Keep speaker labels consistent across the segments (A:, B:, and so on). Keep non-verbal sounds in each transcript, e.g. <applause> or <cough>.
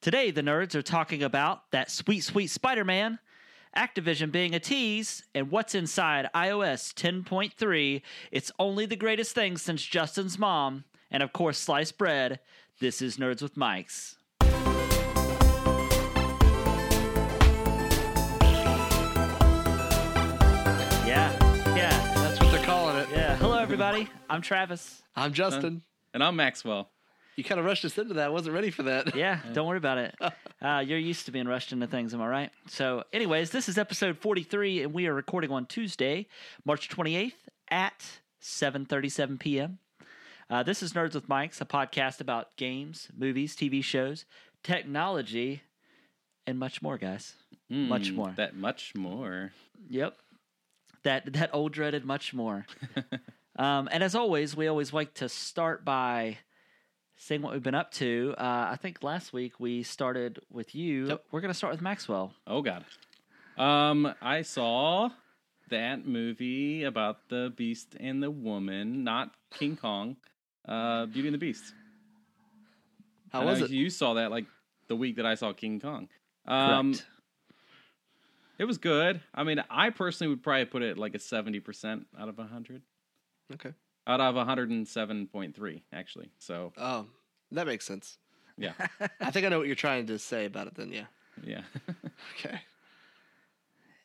A: Today, the nerds are talking about that sweet, sweet Spider Man, Activision being a tease, and what's inside iOS 10.3. It's only the greatest thing since Justin's mom, and of course, sliced bread. This is Nerds with Mikes. Yeah, yeah,
B: That's what they're calling it.
A: yeah. Hello, everybody. I'm Travis.
B: I'm Justin.
C: And I'm Maxwell.
B: You kind of rushed us into that. I wasn't ready for that.
A: Yeah, don't worry about it. Uh, you're used to being rushed into things, am I right? So, anyways, this is episode 43, and we are recording on Tuesday, March 28th at 7:37 p.m. Uh, this is Nerds with Mikes, a podcast about games, movies, TV shows, technology, and much more, guys. Much
C: Mm,
A: more.
C: That much more.
A: Yep. That that old dreaded much
B: <laughs>
A: more. um, and as always, we always like to start by saying what we've been up to. Uh, I think last week we started with you.
B: Yep.
A: We're gonna start with Maxwell.
C: Oh God. Um, I saw that movie about the Beast and the Woman, not King Kong, uh, Beauty and the Beast.
B: How
C: I
B: was
C: know
B: it?
C: You saw that like the week that I saw King Kong. Um,
A: Correct.
C: it was good. I mean, I personally would probably put it like a seventy percent out of hundred,
B: Okay.
C: out of one hundred and seven point three actually. So
B: Um, that makes sense.
C: yeah,
B: I think I know what you're trying to say about it. Then, yeah.
C: yeah.
B: Okay.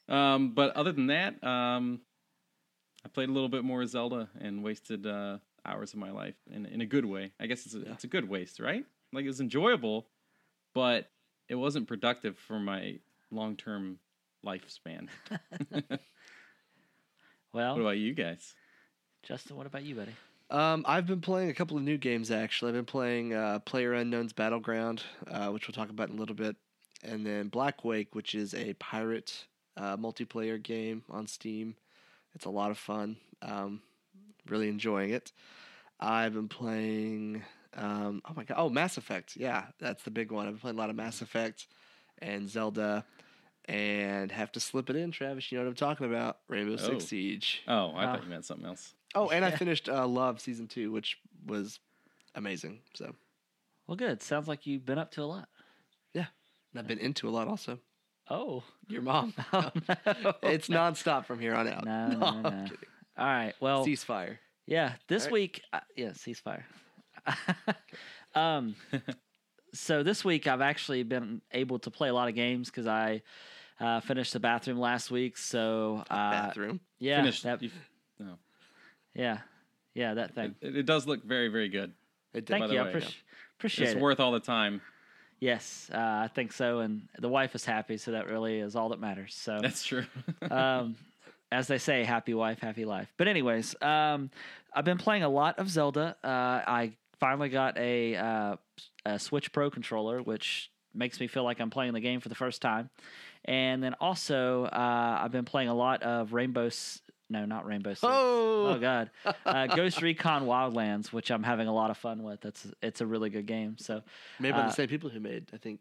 C: Um, but other than that, um, I played a little bit more Zelda and wasted uh, hours of my life in in a good way. I guess it's a,
B: Yeah.
C: it's a good waste, right? Like it was enjoyable, but it wasn't productive for my long term
A: <laughs>
C: lifespan. What
A: Well,
C: about you guys?
A: Justin, what about you, buddy?
B: Um, I've been playing a couple of new games actually. I've been playing uh, Player Unknown's Battleground, uh, which we'll talk about in a little bit, and then Black Wake, which is a pirate uh, multiplayer game on Steam. It's a lot of fun. Um, really enjoying it. I've been playing. Um, oh my god! Oh, Mass Effect. Yeah, that's the big one. I've been playing a lot of Mass Effect and Zelda, and have to slip it in, Travis. You know what I'm talking about? Rainbow
C: Oh.
B: Six Siege.
C: Oh, I
A: Oh.
C: thought you meant something else.
B: Oh, and I
A: Yeah.
B: finished uh, Love season two, which was amazing. So and
A: Well, good. Sounds like you've been up to a lot.
B: I've been into a lot also.
A: Oh, <laughs>
B: Your mom.
A: oh no.
B: it's nonstop from here on out. <laughs>
A: No, no,
B: I'm
A: no. Oh,
B: kidding.
A: all right. Well,
B: Ceasefire.
A: Yeah, this
B: Alright.
A: week, uh, yeah,
C: <laughs>
A: ceasefire. um, so this week I've actually been able to play a lot of games because I uh, finished the bathroom last week. So uh,
B: Bathroom.
A: yeah,
C: Finished.
A: that-
C: You- no.
A: yeah, yeah, that thing.
C: It, it does look very, very good.
B: It did.
A: Thank
C: by the
A: you, I
C: way,
A: appreci-
C: yeah.
A: appreciate
C: it's
A: it.
C: worth all the time.
A: yes, uh, I think so, and the wife is happy, so that really is all that matters. So
C: That's true.
A: um, as they say, happy wife, happy life. But anyways, um, I've been playing a lot of Zelda. Uh, I finally got a, uh, a Switch Pro controller, which makes me feel like I'm playing the game for the first time. And then also, uh, I've been playing a lot of Rainbow. S- no, not Rainbow. Six. Oh
B: <laughs> Oh,
A: God, uh, Ghost Recon Wildlands, which I'm having a lot of fun with. That's it's a really good game. So
B: made by
A: uh,
B: the same people who made I think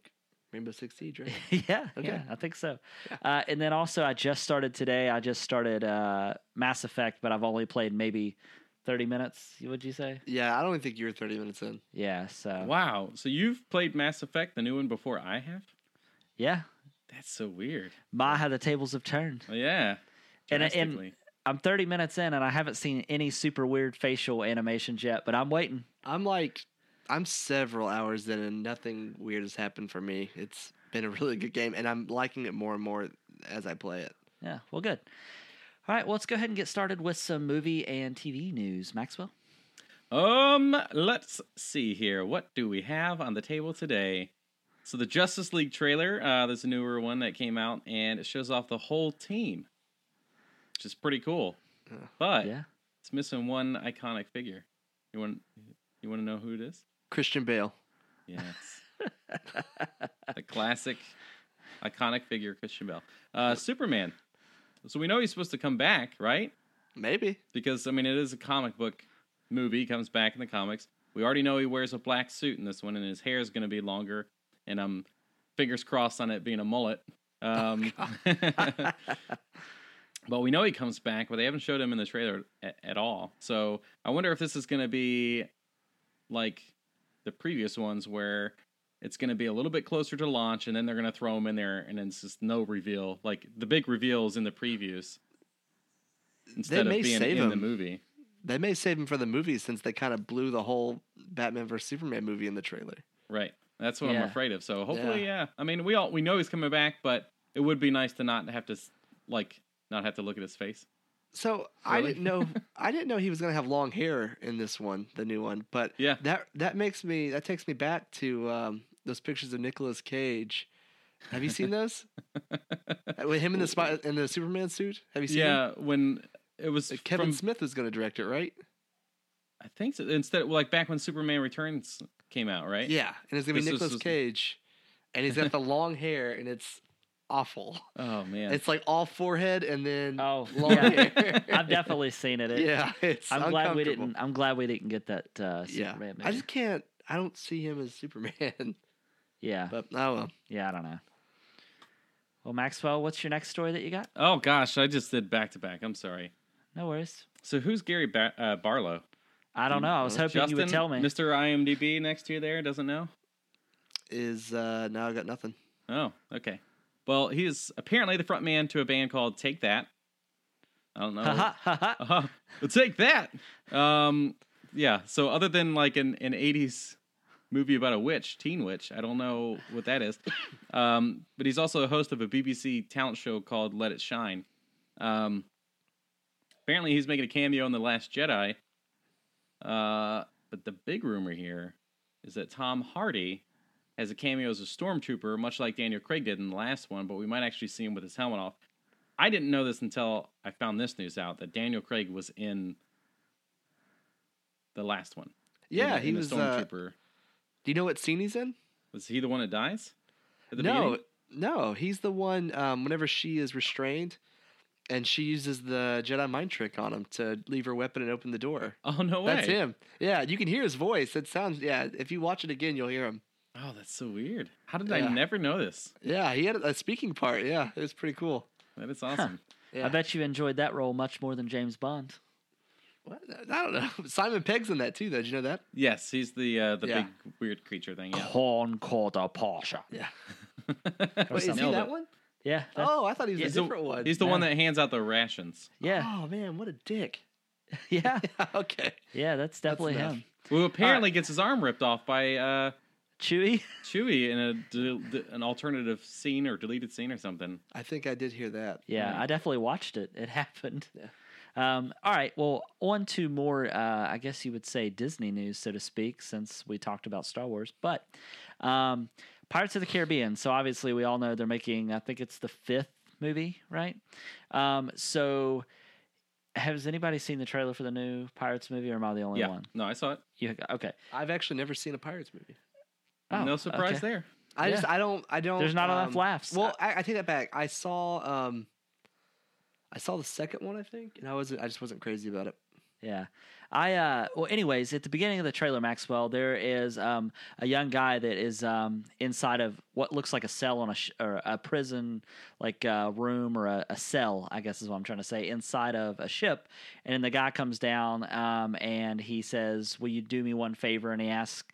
B: Rainbow Six
A: <laughs>
B: Siege. Right?
A: yeah,
B: Okay.
A: yeah, I think so. Uh, and then also, I just started today. I just started uh, Mass Effect, but I've only played maybe thirty minutes. Would you say?
B: yeah, I don't even think you were thirty minutes in.
A: Yeah. So
C: <laughs> wow. So you've played Mass Effect, the new one, before I have?
A: yeah,
C: That's so weird.
A: my how the tables have turned.
C: Yeah.
A: And- and-
C: drastically.
A: I'm thirty minutes in, and I haven't seen any super weird facial animations yet. But I'm waiting.
B: I'm like, I'm several hours in, and nothing weird has happened for me. It's been a really good game, and I'm liking it more and more as I play it.
A: Yeah. Well, good. All right. Well, let's go ahead and get started with some movie and TV news. Maxwell.
C: Um, let's see here. What do we have on the table today? So the Justice League trailer, uh, there's a newer one that came out, and it shows off the whole team, which is pretty cool.
B: Yeah.
C: But
A: Yeah.
C: it's missing one iconic figure. You want you want to know who it is?
B: Christian Bale.
C: Yes, the classic, iconic figure, Christian Bell, uh, Superman. So we know he's supposed to come back, right?
B: Maybe.
C: because I mean it is a comic book movie. He comes back in the comics. We already know he wears a black suit in this one, and his hair is going to be longer. And I'm fingers crossed on it being a mullet.
B: <laughs>
C: Um,
B: Oh,
C: <laughs> but we know he comes back, but they haven't showed him in the trailer at, at all. So I wonder if this is going to be like the previous ones where It's going to be a little bit closer to launch, and then they're going to throw them in there, and then it's just no reveal. Like the big reveal is in the previews instead
B: may
C: of being
B: save
C: in the
B: them.
C: movie.
B: They may save him for the movie since they kind of blew the whole Batman vs Superman movie in the trailer.
C: Right. That's what I'm
A: Yeah.
C: afraid of. So hopefully, yeah. I mean, we all we know he's coming back, but it would be nice to not have to s- like not have to look at his face.
B: So I
C: Really?
B: didn't know I didn't know he was gonna have long hair in this one, the new one. But
C: Yeah.
B: that that makes me that takes me back to um, those pictures of Nicolas Cage. Have you seen
C: <laughs>
B: those? With him in the spot in the Superman suit. Have you seen? them?
C: Yeah, when it was
B: Uh, Kevin
C: from
B: Smith was gonna direct it, right?
C: I think so, instead like back when Superman Returns came out, right?
B: Yeah, and it's gonna be
C: This was-
B: Nicolas
C: was-
B: Cage, and he's
C: <laughs>
B: got the long hair, and it's awful.
C: Oh man.
B: It's like all forehead and then
A: Oh,
B: long
A: yeah.
B: hair.
A: I've definitely seen
B: <laughs>
A: it. It-
B: yeah, it's
A: I'm glad we
B: uncomfortable.
A: didn't. I'm glad we didn't get that uh, Superman
B: Yeah,
A: movie.
B: I just can't. I don't see him as Superman. <laughs>
A: yeah,
B: But oh well.
A: yeah. I don't know. Well, Maxwell, what's your next story that you got?
C: oh gosh, I just did back to back. I'm sorry.
A: No worries.
C: So who's Gary ba- uh, Barlow?
A: I don't know. I was hoping
C: Justin,
A: you would tell <laughs> me.
C: Mr. IMDb next to you there doesn't know.
B: Is uh now I got nothing.
C: Oh, okay. Well, he is apparently the front man to a band called Take That. I don't know.
A: Ha ha ha ha.
C: Uh-huh. Well, Take that. Um, yeah. So other than like an an eighties movie about a witch, teen witch, I don't know what that is. Um, but he's also a host of a BBC talent show called Let It Shine. Um, apparently, he's making a cameo in the Last Jedi. Uh, but the big rumor here is that Tom Hardy has a cameo as a stormtrooper, much like Daniel Craig did in the last one. But we might actually see him with his helmet off. I didn't know this until I found this news out that Daniel Craig was in the last one. In
B: Yeah,
C: the-
B: he
C: in the
B: was. Uh, do
C: stormtrooper.
B: you know what scene he's in?
C: was he the one that dies? At the
B: no,
C: beginning?
B: no, he's the one. Um, whenever she is restrained, and she uses the Jedi mind trick on him to leave her weapon and open the door.
C: Oh no way.
B: That's him. Yeah, you can hear his voice. It sounds. Yeah, if you watch it again, you'll hear him.
C: Oh, that's so weird. How did I
B: Yeah.
C: never know this?
B: Yeah, he had a speaking part. Yeah, it was pretty cool.
C: That is awesome.
B: Yeah.
A: I bet you enjoyed that role much more than James Bond.
B: What? I don't know. <laughs> Simon Pegg's in that too, though. Did you know that?
C: Yes, he's the uh, the
B: Yeah.
C: big weird creature thing.
B: <laughs>
C: Yeah.
A: Corn Corda Pasha.
B: Yeah.
C: Or
B: Wait, is he
C: something.
B: that one?
A: Yeah. that-
B: Oh, I thought he was
A: yeah,
B: a
C: <laughs> He's the,
B: different one.
C: he's the one
A: Yeah.
C: that hands out the rations.
A: Yeah. <laughs>
B: Oh man, what a <laughs> dick.
A: Yeah.
B: okay.
A: Yeah. That's definitely
B: enough.
A: him.
C: Who apparently gets his arm ripped off by uh,
A: Chewy.
C: Chewie in a del- de- an alternative scene or deleted scene or something.
B: I think I did hear that.
A: Yeah,
C: Right.
A: I definitely watched it. <laughs> It happened. Um, all right. Well, on to more, uh, I guess you would say Disney news, so to speak, since we talked about Star Wars. But um, Pirates of the Caribbean. So obviously, we all know they're making, I think it's the fifth movie, right? Um, so has anybody seen the trailer for the new Pirates movie, or am I the only
C: yeah.
A: one?
C: No, I saw it.
A: You, okay.
B: I've actually never seen a pirates movie.
A: Oh,
C: no surprise
A: okay.
C: there.
B: I
A: Yeah.
B: just I don't I don't.
A: There's not
B: um,
A: enough laughs.
B: Well, I, I take that back. I saw um, I saw the second one I think, and I wasn't I just wasn't crazy about it.
A: Yeah. I uh well anyways, at the beginning of the trailer, Maxwell, there is um a young guy that is um inside of what looks like a cell on a sh- or a prison like uh, room or a, a cell, I guess is what I'm trying to say, inside of a ship. And then the guy comes down um and he says, "Will you do me one favor?" and he asks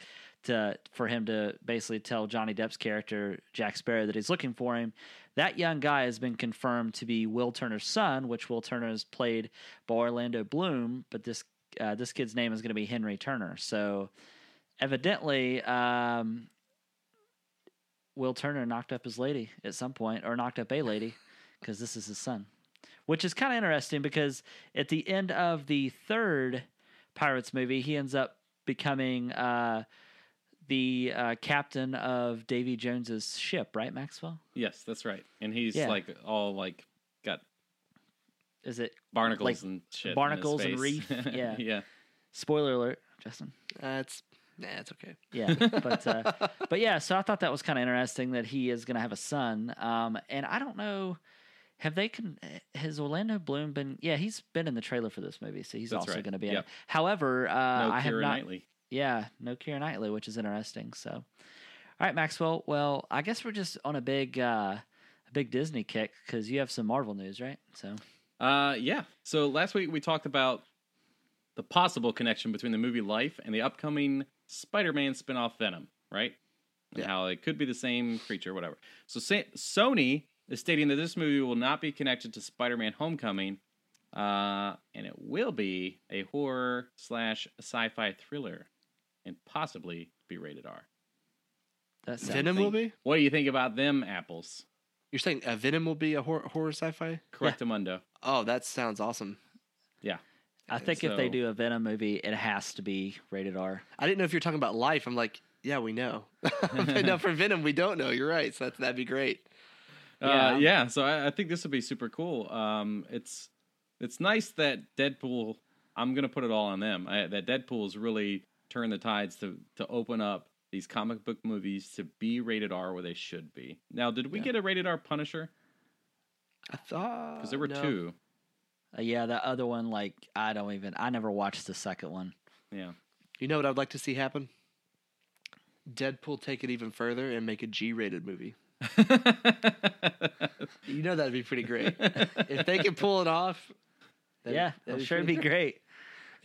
A: to for him to basically tell Johnny Depp's character Jack Sparrow that he's looking for him. That young guy has been confirmed to be Will Turner's son, which Will Turner has played by Orlando Bloom, but this uh, this kid's name is going to be Henry Turner. So evidently, um, Will Turner knocked up his lady at some point, or knocked up a lady, because this is his son, which is kind of interesting because at the end of the third Pirates movie, he ends up becoming uh, the uh, captain of Davy Jones's ship, right, Maxwell?
C: Yes, that's right. And he's
A: Yeah.
C: like all like got
A: Is it
C: barnacles
A: Like,
C: and shit. in his
A: barnacles and
C: face.
A: reef,
C: <laughs>
A: yeah.
C: yeah.
A: spoiler alert, Justin?
B: Uh, it's nah, it's okay.
A: Yeah, but uh, <laughs> but yeah, so I thought that was kind of interesting that he is going to have a son. Um, and I don't know, have they con- eh, has Orlando Bloom been? Yeah, he's been in the trailer for this movie, so he's
C: That's
A: also
C: right,
A: going to be in
C: yep.
A: it. However, uh,
C: No,
A: I have
C: Keira
A: not.
C: Knightley.
A: Yeah, no Kira Knightley, which is interesting. So, all right, Maxwell. Well, I guess we're just on a big uh, a big Disney kick because you have some Marvel news, right? So
C: Uh, yeah. So last week we talked about the possible connection between the movie Life and the upcoming Spider-Man spin-off Venom, right? and
B: Yeah.
C: how it could be the same creature, whatever. So Sa- Sony is stating that this movie will not be connected to Spider-Man: Homecoming, uh, and it will be a horror slash sci-fi thriller, and possibly be rated R.
A: That sounds
B: Venom
C: thing.
B: will be.
C: What do you think about them apples?
B: You're saying uh, Venom will be a hor- horror sci-fi?
C: Correctamundo.
B: Oh, that sounds awesome.
A: I think if
C: So-
A: they do a Venom movie, it has to be rated R.
B: I didn't know if you're talking about life. I'm like, yeah, we know. <laughs> but no, for Venom, we don't know. You're right. So that's, that'd be great.
C: Uh,
A: Yeah.
C: yeah, so I, I think this would be super cool. Um, it's it's nice that Deadpool. I'm gonna put it all on them. I, that Deadpool's really turned the tides to to open up these comic book movies to be rated R where they should be. Now, did we
B: Yeah.
C: get a rated R Punisher?
B: I thought
C: Because there were
B: no.
C: two.
A: Uh, yeah, that other one, like I don't even. I never watched the second one.
B: <laughs>
C: Yeah.
B: You know what I'd like to see happen? Deadpool take it even further and make a G-rated movie. You know that'd be pretty
C: <laughs>
B: great if they could pull it off. that'd-
A: yeah,
B: that'd
A: I'm sure it'd be
B: pretty
A: great.
B: great.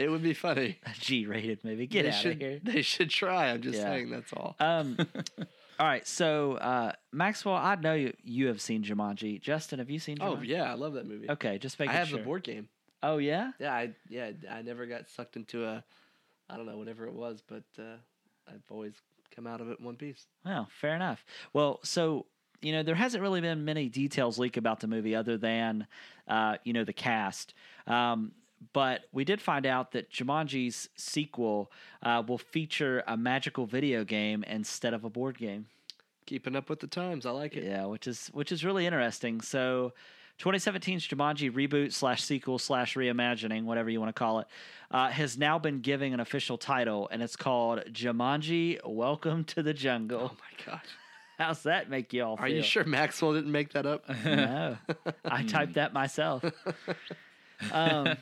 B: It would be funny.
A: <laughs> A G-rated movie. <laughs> Get
B: they
A: out
B: should,
A: of <laughs> here.
B: They should try. I'm just
A: Yeah.
B: saying. That's all.
A: Um. all right. So, uh, Maxwell, I know you, you have seen Jumanji. Justin, have you seen?
B: oh
A: Jumanji?
B: yeah, I love that movie.
A: Okay, just
B: I
A: making
B: have
A: sure.
B: the board game.
A: Oh yeah.
B: Yeah, I yeah I never got sucked into a, I don't know whatever it was, but uh, I've always come out of it in one piece.
A: Wow, fair enough. Well, so you know there hasn't really been many details leak about the movie other than uh, you know the cast. Um, but we did find out that Jumanji's sequel uh, will feature a magical video game instead of a board game.
B: Keeping up with the times, I like it.
A: Yeah, which is which is really interesting. So 2017's Jumanji reboot slash sequel slash reimagining, whatever you want to call it, uh, has now been given an official title, and it's called Jumanji: Welcome to the
B: Oh
A: Jungle.
B: my god,
A: How's that make you all?
B: are
A: feel?
B: you sure Maxwell didn't make that up?
A: No, I typed that myself. Um,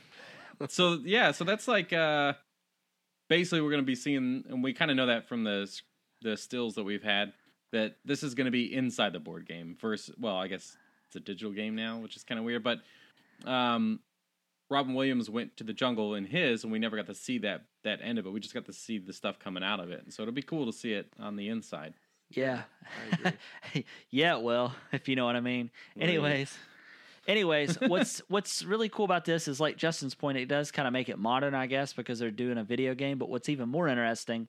C: so yeah, so that's like uh basically we're going to be seeing and we kind of know that from the s- the stills that we've had that this is going to be inside the board game versus well, I guess it's a digital game now, which is kind of weird, but um Robin Williams went to the jungle in his and we never got to see that that end of it. We just got to see the stuff coming out of it. And so it'll be cool to see it on the inside.
A: yeah,
B: I agree.
A: yeah. Well, if you know what I mean.
C: Right.
A: Anyways, anyways, what's what's really cool about this is like Justin's point. It does kind of make it modern, I guess, because they're doing a video game. But what's even more interesting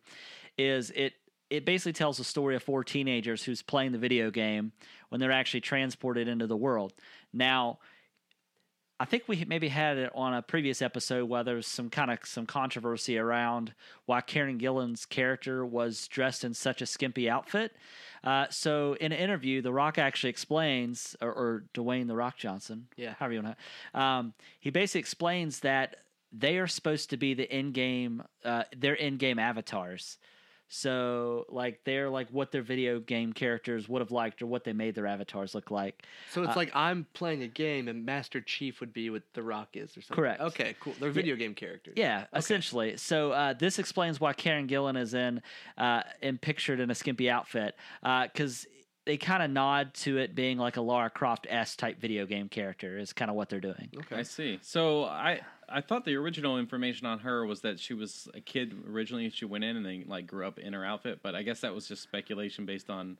A: is it it basically tells the story of four teenagers who's playing the video game when they're actually transported into the world. Now, I think we maybe had it on a previous episode where there was some kind of some controversy around why Karen Gillan's character was dressed in such a skimpy outfit. Uh, so in an interview, The Rock actually explains, or, or Dwayne The Rock Johnson,
B: Yeah.
A: however you want to, um, he basically explains that they are supposed to be the in-game, uh, their in-game avatars. So like they're like what their video game characters would have liked or what they made their avatars look like.
B: So it's
A: Uh,
B: like I'm playing a game and Master Chief would be what The Rock is or something.
A: Correct.
B: Okay, cool. They're video game characters.
A: Yeah, essentially. So uh, this explains why Karen Gillan is in uh, and pictured in a skimpy outfit because they kind of nod to it being like a Lara Croft s type video game character is kind of what they're doing.
B: Okay.
C: I see. So I I thought the original information on her was that she was a kid originally. She went in and then like grew up in her outfit, but I guess that was just speculation based on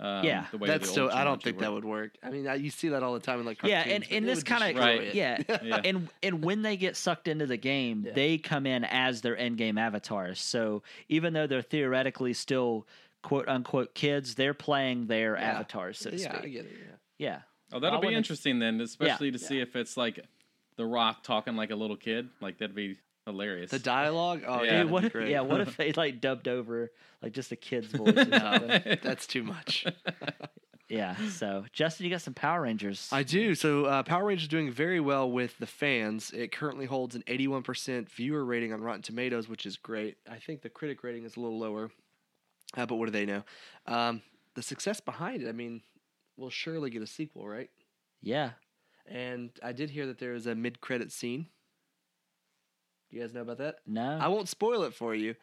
C: um,
A: Yeah.
C: the way
B: That's
C: the
B: so.
C: old
B: I don't
C: Jumanji
B: think that would work. I mean, I, you see that all the time in like
A: Yeah,
B: cartoons,
A: and-
B: but
A: and
B: it
A: this
B: would
A: kinda-
B: destroy
C: Right.
B: it. <laughs>
A: yeah.
C: Yeah.
A: And and when they get sucked into the game,
B: Yeah.
A: they come in as their end game avatars. So even though they're theoretically still quote unquote kids, they're playing their
B: Yeah.
A: avatars, so to
B: <laughs> yeah, I
A: speak.
B: get it. Yeah.
A: Yeah.
C: Oh, that'll
A: I
C: be
A: wouldn't-
C: interesting then, especially to
B: Yeah.
C: see if it's like The Rock talking like a little kid. Like that'd be hilarious.
B: The dialogue. Oh
C: Dude,
B: yeah.
A: Dude, what
B: that'd
A: if
B: be great.
A: yeah, what
B: <laughs>
A: if they like dubbed over like just a kid's voice or something?
C: <laughs>
B: That's too
A: <laughs>
B: much.
A: Yeah. So, Justin, you got some Power Rangers.
B: I do. So uh, Power Rangers is doing very well with the fans. It currently holds an 81% viewer rating on Rotten Tomatoes, which is great. I think the critic rating is a little lower, uh, but what do they know? Um, the success behind it, I mean, we'll surely get a sequel, right?
A: yeah.
B: And I did hear that there is a mid-credit scene. Do you guys know about that?
A: No.
B: I won't spoil it for you.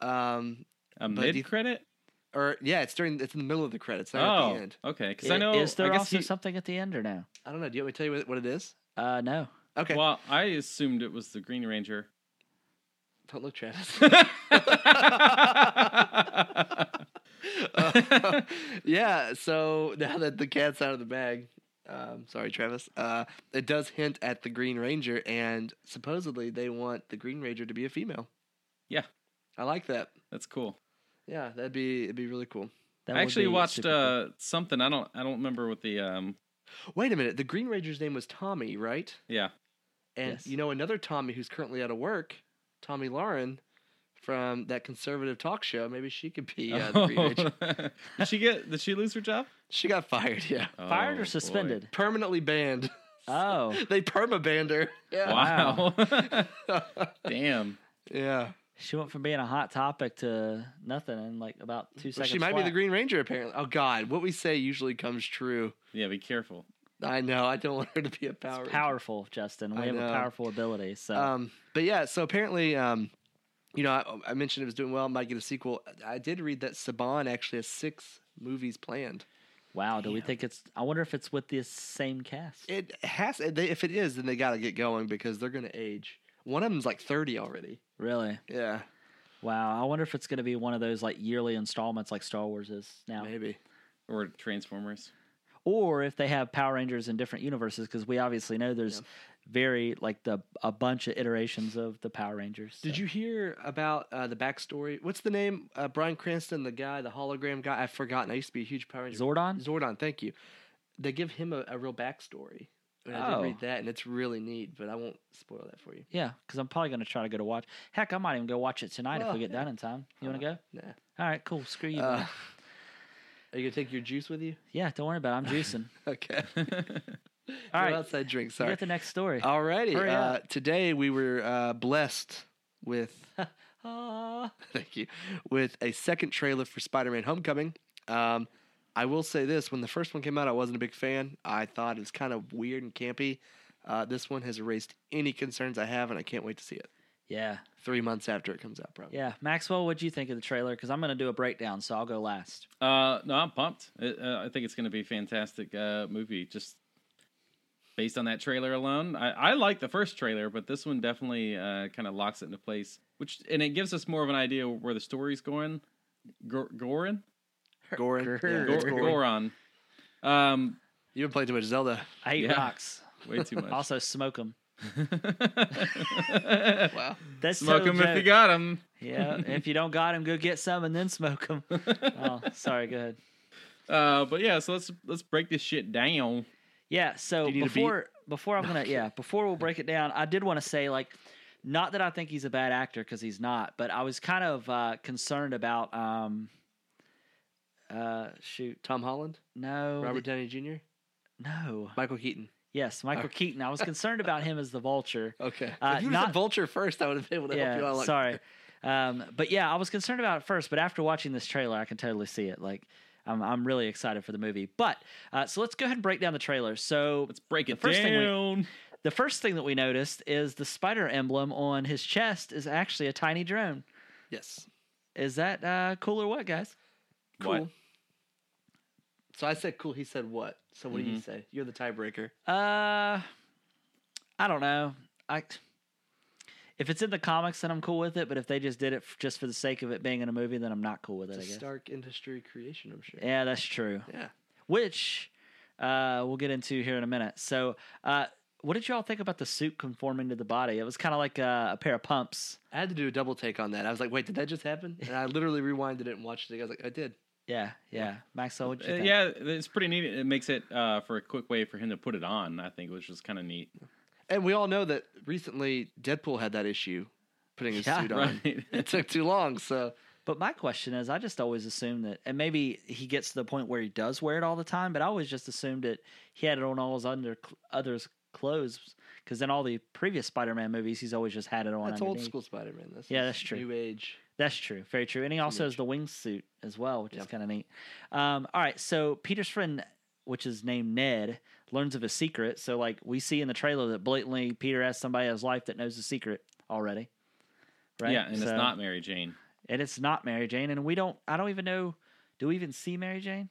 B: Um,
C: a
B: But do you-
C: mid credit.
B: or yeah, it's during. It's in the middle of the credits, not at the
C: Oh,
B: end.
C: okay. Because
A: I-
C: I know.
A: Is
C: I
A: there
C: guess
A: also
C: you-
A: something at the end or no?
B: I don't know. Do you want me to tell you what- what it is?
A: Uh, no.
B: Okay.
C: Well, I assumed it was the
B: <laughs>
C: Green Ranger. <laughs>
B: don't look, Travis. <laughs> yeah, so now that the cat's out of the bag, um, sorry, Travis, uh, it does hint at the Green Ranger, and supposedly they want the Green Ranger to be a female.
C: Yeah.
B: I like that.
C: That's cool.
B: Yeah, that'd be it'd be really cool.
A: That
C: I
A: would
C: actually
A: be
C: watched
A: super cool.
C: uh, something. I don't. I don't remember what the. Um,
B: Wait a minute, the Green Ranger's name was Tommy, right?
C: yeah.
B: And
A: Yes.
B: you know another Tommy who's currently out of work, Tommy Lauren, from that conservative talk show. Maybe she could be uh,
C: <laughs>
B: the Green Ranger.
C: did she get? Did she lose her job?
B: She got fired. Yeah,
C: Oh,
A: fired
C: boy.
A: or suspended.
B: permanently banned. <laughs>
A: Oh,
B: they perma banned her. Yeah.
C: Wow. Damn.
B: yeah.
A: she went from being a hot topic to nothing in like about two
B: Well,
A: seconds.
B: she might be the
A: flat.
B: Green Ranger, apparently. Oh, God. What we say usually comes true.
C: Yeah. Be careful.
B: I know. I don't <laughs> want her to be a Power
A: It's
B: Ranger.
A: powerful, Justin. We
B: I
A: have a
B: know.
A: powerful ability. So
B: Um, but yeah, so apparently, um, you know, I, I mentioned it was doing well, might get a sequel. I did read that Saban actually has six movies planned.
A: wow, do we think it's? I wonder if it's with the same cast.
B: It has, they, if it is, then they got to get going because they're going to age. One of them's like 30 already.
A: really?
B: Yeah,
A: Wow. I wonder if it's going to be one of those like yearly installments like Star Wars is now,
B: maybe.
C: Or Transformers.
A: or if they have Power Rangers in different universes because we obviously know there's very like the a bunch of iterations of the Power Rangers.
B: Did you hear about uh, the backstory? What's the name? Uh, Brian Cranston, the guy, the hologram guy. I've forgotten. I used to be a huge Power Ranger
A: Zordon?
B: Zordon, thank you. They give him a, a real backstory. And I
A: Oh.
B: did read that, and it's really neat, but I won't spoil that for you.
A: Yeah, because I'm probably going to try to go to watch. Heck, I might even go watch it tonight if
B: Well,
A: we get
B: yeah. Uh,
A: done in time. You want to go?
B: Nah.
A: All right, cool. Screw you.
B: Uh,
A: man.
B: <laughs> are you going to take your
A: <laughs>
B: juice with you?
A: yeah, don't worry about it.
B: <laughs>
A: I'm juicing.
B: Okay.
A: All right,
B: outside drink,
A: we
B: sorry.
A: got <laughs> the next story.
B: Alrighty.
A: Hurry
B: Uh, today we were uh, blessed with,
A: <laughs> Ah.
B: <laughs> thank you, with a second trailer for Spider Man Homecoming. Um, I will say this when the first one came out, I wasn't a big fan. I thought it was kind of weird and campy. Uh, this one has erased any concerns I have, and I can't wait to see it.
A: yeah,
B: Three months after it comes out, probably.
A: yeah. Maxwell, what'd you think of the trailer? Because I'm going to do a breakdown, so I'll go last.
C: Uh, no, I'm pumped. It, uh, I think it's going to be a fantastic uh, movie. Just based on that trailer alone, I, I like the first trailer, but this one definitely uh, kind of locks it into place. Which and it gives us more of an idea where the story's going. Gor- Gorin,
B: Goran.
A: Grr.
B: Yeah,
C: Gor-
B: it's Goran.
C: Goron. Um,
B: You haven't played too much Zelda.
A: I hate
C: Yeah.
A: rocks.
C: way too much.
A: Also, smoke them.
C: <laughs>
B: Wow.
A: That's
C: Smoke
A: total
C: him if you
A: joke.
C: got him.
A: Yeah, if you don't got them, go get some and then smoke
B: <laughs>
A: them. oh, sorry. Go ahead.
C: <laughs> Uh, but yeah, so let's let's break this shit down.
A: Yeah. So
B: Do you need a beat?
A: before before I'm gonna yeah before we'll break it down, I did want to say like, not that I think he's a bad actor because he's not, but I was kind of uh, concerned about um, uh, shoot,
B: Tom Holland,
A: no,
B: Robert Downey Jr.,
A: the- no,
B: Michael Keaton.
A: yes,
B: <laughs>
A: Michael Keaton. I was concerned about him as the Vulture.
B: Okay.
A: Uh,
B: if you
A: not-
B: said Vulture first, I would have been able to help you
A: Yeah,
B: out. a lot
A: sorry. Um, but yeah, I was concerned about it first, but after watching this trailer, I can totally see it. Like, I'm I'm really excited for the movie. But uh, so let's go ahead and break down the trailer. So
C: Let's break it
A: first thing we-
C: down.
A: the first thing that we noticed is the spider emblem on his chest is actually a tiny drone.
B: Yes.
A: Is that uh, cool or what, guys?
B: Cool.
C: What?
B: So I said cool. He said what? So what
A: Mm-hmm.
B: do you say? You're the tiebreaker.
A: Uh, I don't know. I if it's in the comics, then I'm cool with it. But if they just did it f- just for the sake of it being in a movie, then I'm not cool with it. I
B: It's a
A: guess.
B: Stark Industry creation, I'm sure.
A: Yeah, that's true.
B: Yeah.
A: Which uh, we'll get into here in a minute. So, uh, what did y'all think about the suit conforming to the body? It was kind of like a, a pair of pumps.
B: I had to do a double take on that. I was like, wait, did that just happen? And I literally rewinded it and watched it. again. I was like, I did.
A: Yeah, yeah. Maxwell, what you
C: Uh,
A: think?
C: yeah, it's pretty neat. It makes it uh, for a quick way for him to put it on, I think, which was kind of neat.
B: And we all know that recently Deadpool had that issue putting his
A: Yeah,
B: suit on.
C: Right.
B: It took too long. So
A: But my question is, I just always assumed that, and maybe he gets to the point where he does wear it all the time. But I always just assumed that he had it on all his under others clothes, because in all the previous Spider-Man movies, he's always just had it on.
B: that's old
A: underneath.
B: school Spider Man. That's
A: Yeah, that's true.
B: New age.
A: That's true, very true. And he also has the wingsuit as well, which is kind of neat. Um, all right, so Peter's friend, which is named Ned, learns of a secret. So, like we see in the trailer, that blatantly Peter has somebody in his life that knows the secret already. Right?
C: Yeah, and it's
A: So-
C: not Mary Jane.
A: and it's not Mary Jane, and we don't. I don't even know. Do we even see Mary Jane?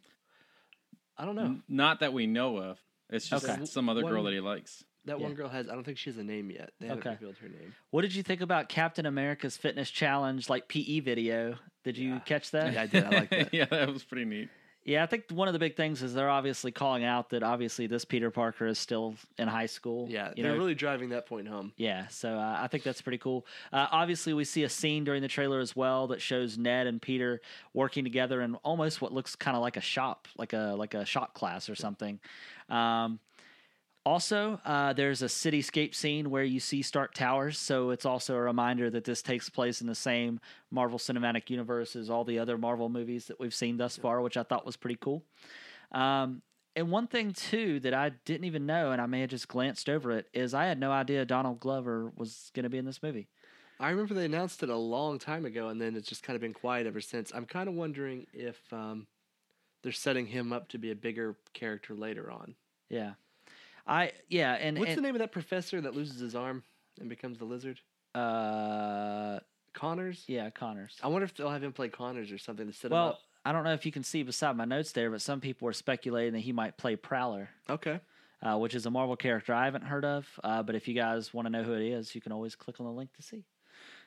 B: I don't know.
A: Mm,
C: Not that we know of. It's just
A: Okay.
C: some other
B: One-
C: girl that he likes.
B: That one
A: Yeah.
B: girl has. I don't think she has a name yet. They haven't
A: Okay.
B: revealed her
A: <laughs>
B: name.
A: What did you think about Captain America's fitness challenge, like PE video? Did you
B: Yeah.
A: catch that?
B: Yeah, <laughs> I did. I like that.
C: <laughs> yeah, that was pretty neat.
A: Yeah, I think one of the big things is they're obviously calling out that obviously this Peter Parker is still in high school.
B: Yeah,
A: <laughs> you
B: they're
A: know.
B: really driving that point home.
A: yeah, so uh, I think that's pretty cool. Uh, obviously, we see a scene during the trailer as well that shows Ned and Peter working together in almost what looks kind of like a shop, like a like a shop class or something. Um, also, uh, there's a cityscape scene where you see Stark Towers, so it's also a reminder that this takes place in the same Marvel Cinematic Universe as all the other Marvel movies that we've seen thus far, which I thought was pretty cool. Um, and one thing too that I didn't even know, and I may have just glanced over it, is I had no idea Donald Glover was going to be in this movie.
B: I remember they announced it a long time ago, and then it's just kind of been quiet ever since. I'm kind of wondering if um, they're setting him up to be a bigger character later on.
A: Yeah, I yeah, and,
B: What's
A: and
B: the name of that professor that loses his arm and becomes the lizard?
A: uh,
B: Connors.
A: yeah, Connors.
B: I wonder if they'll have him play Connors or something to set him
A: Well, I don't know if you can see beside my notes there, but some people were speculating that he might play Prowler.
B: up. Okay.
A: Uh, which is a Marvel character I haven't heard of, uh, but if you guys want to know who it is, you can always click on the link to see,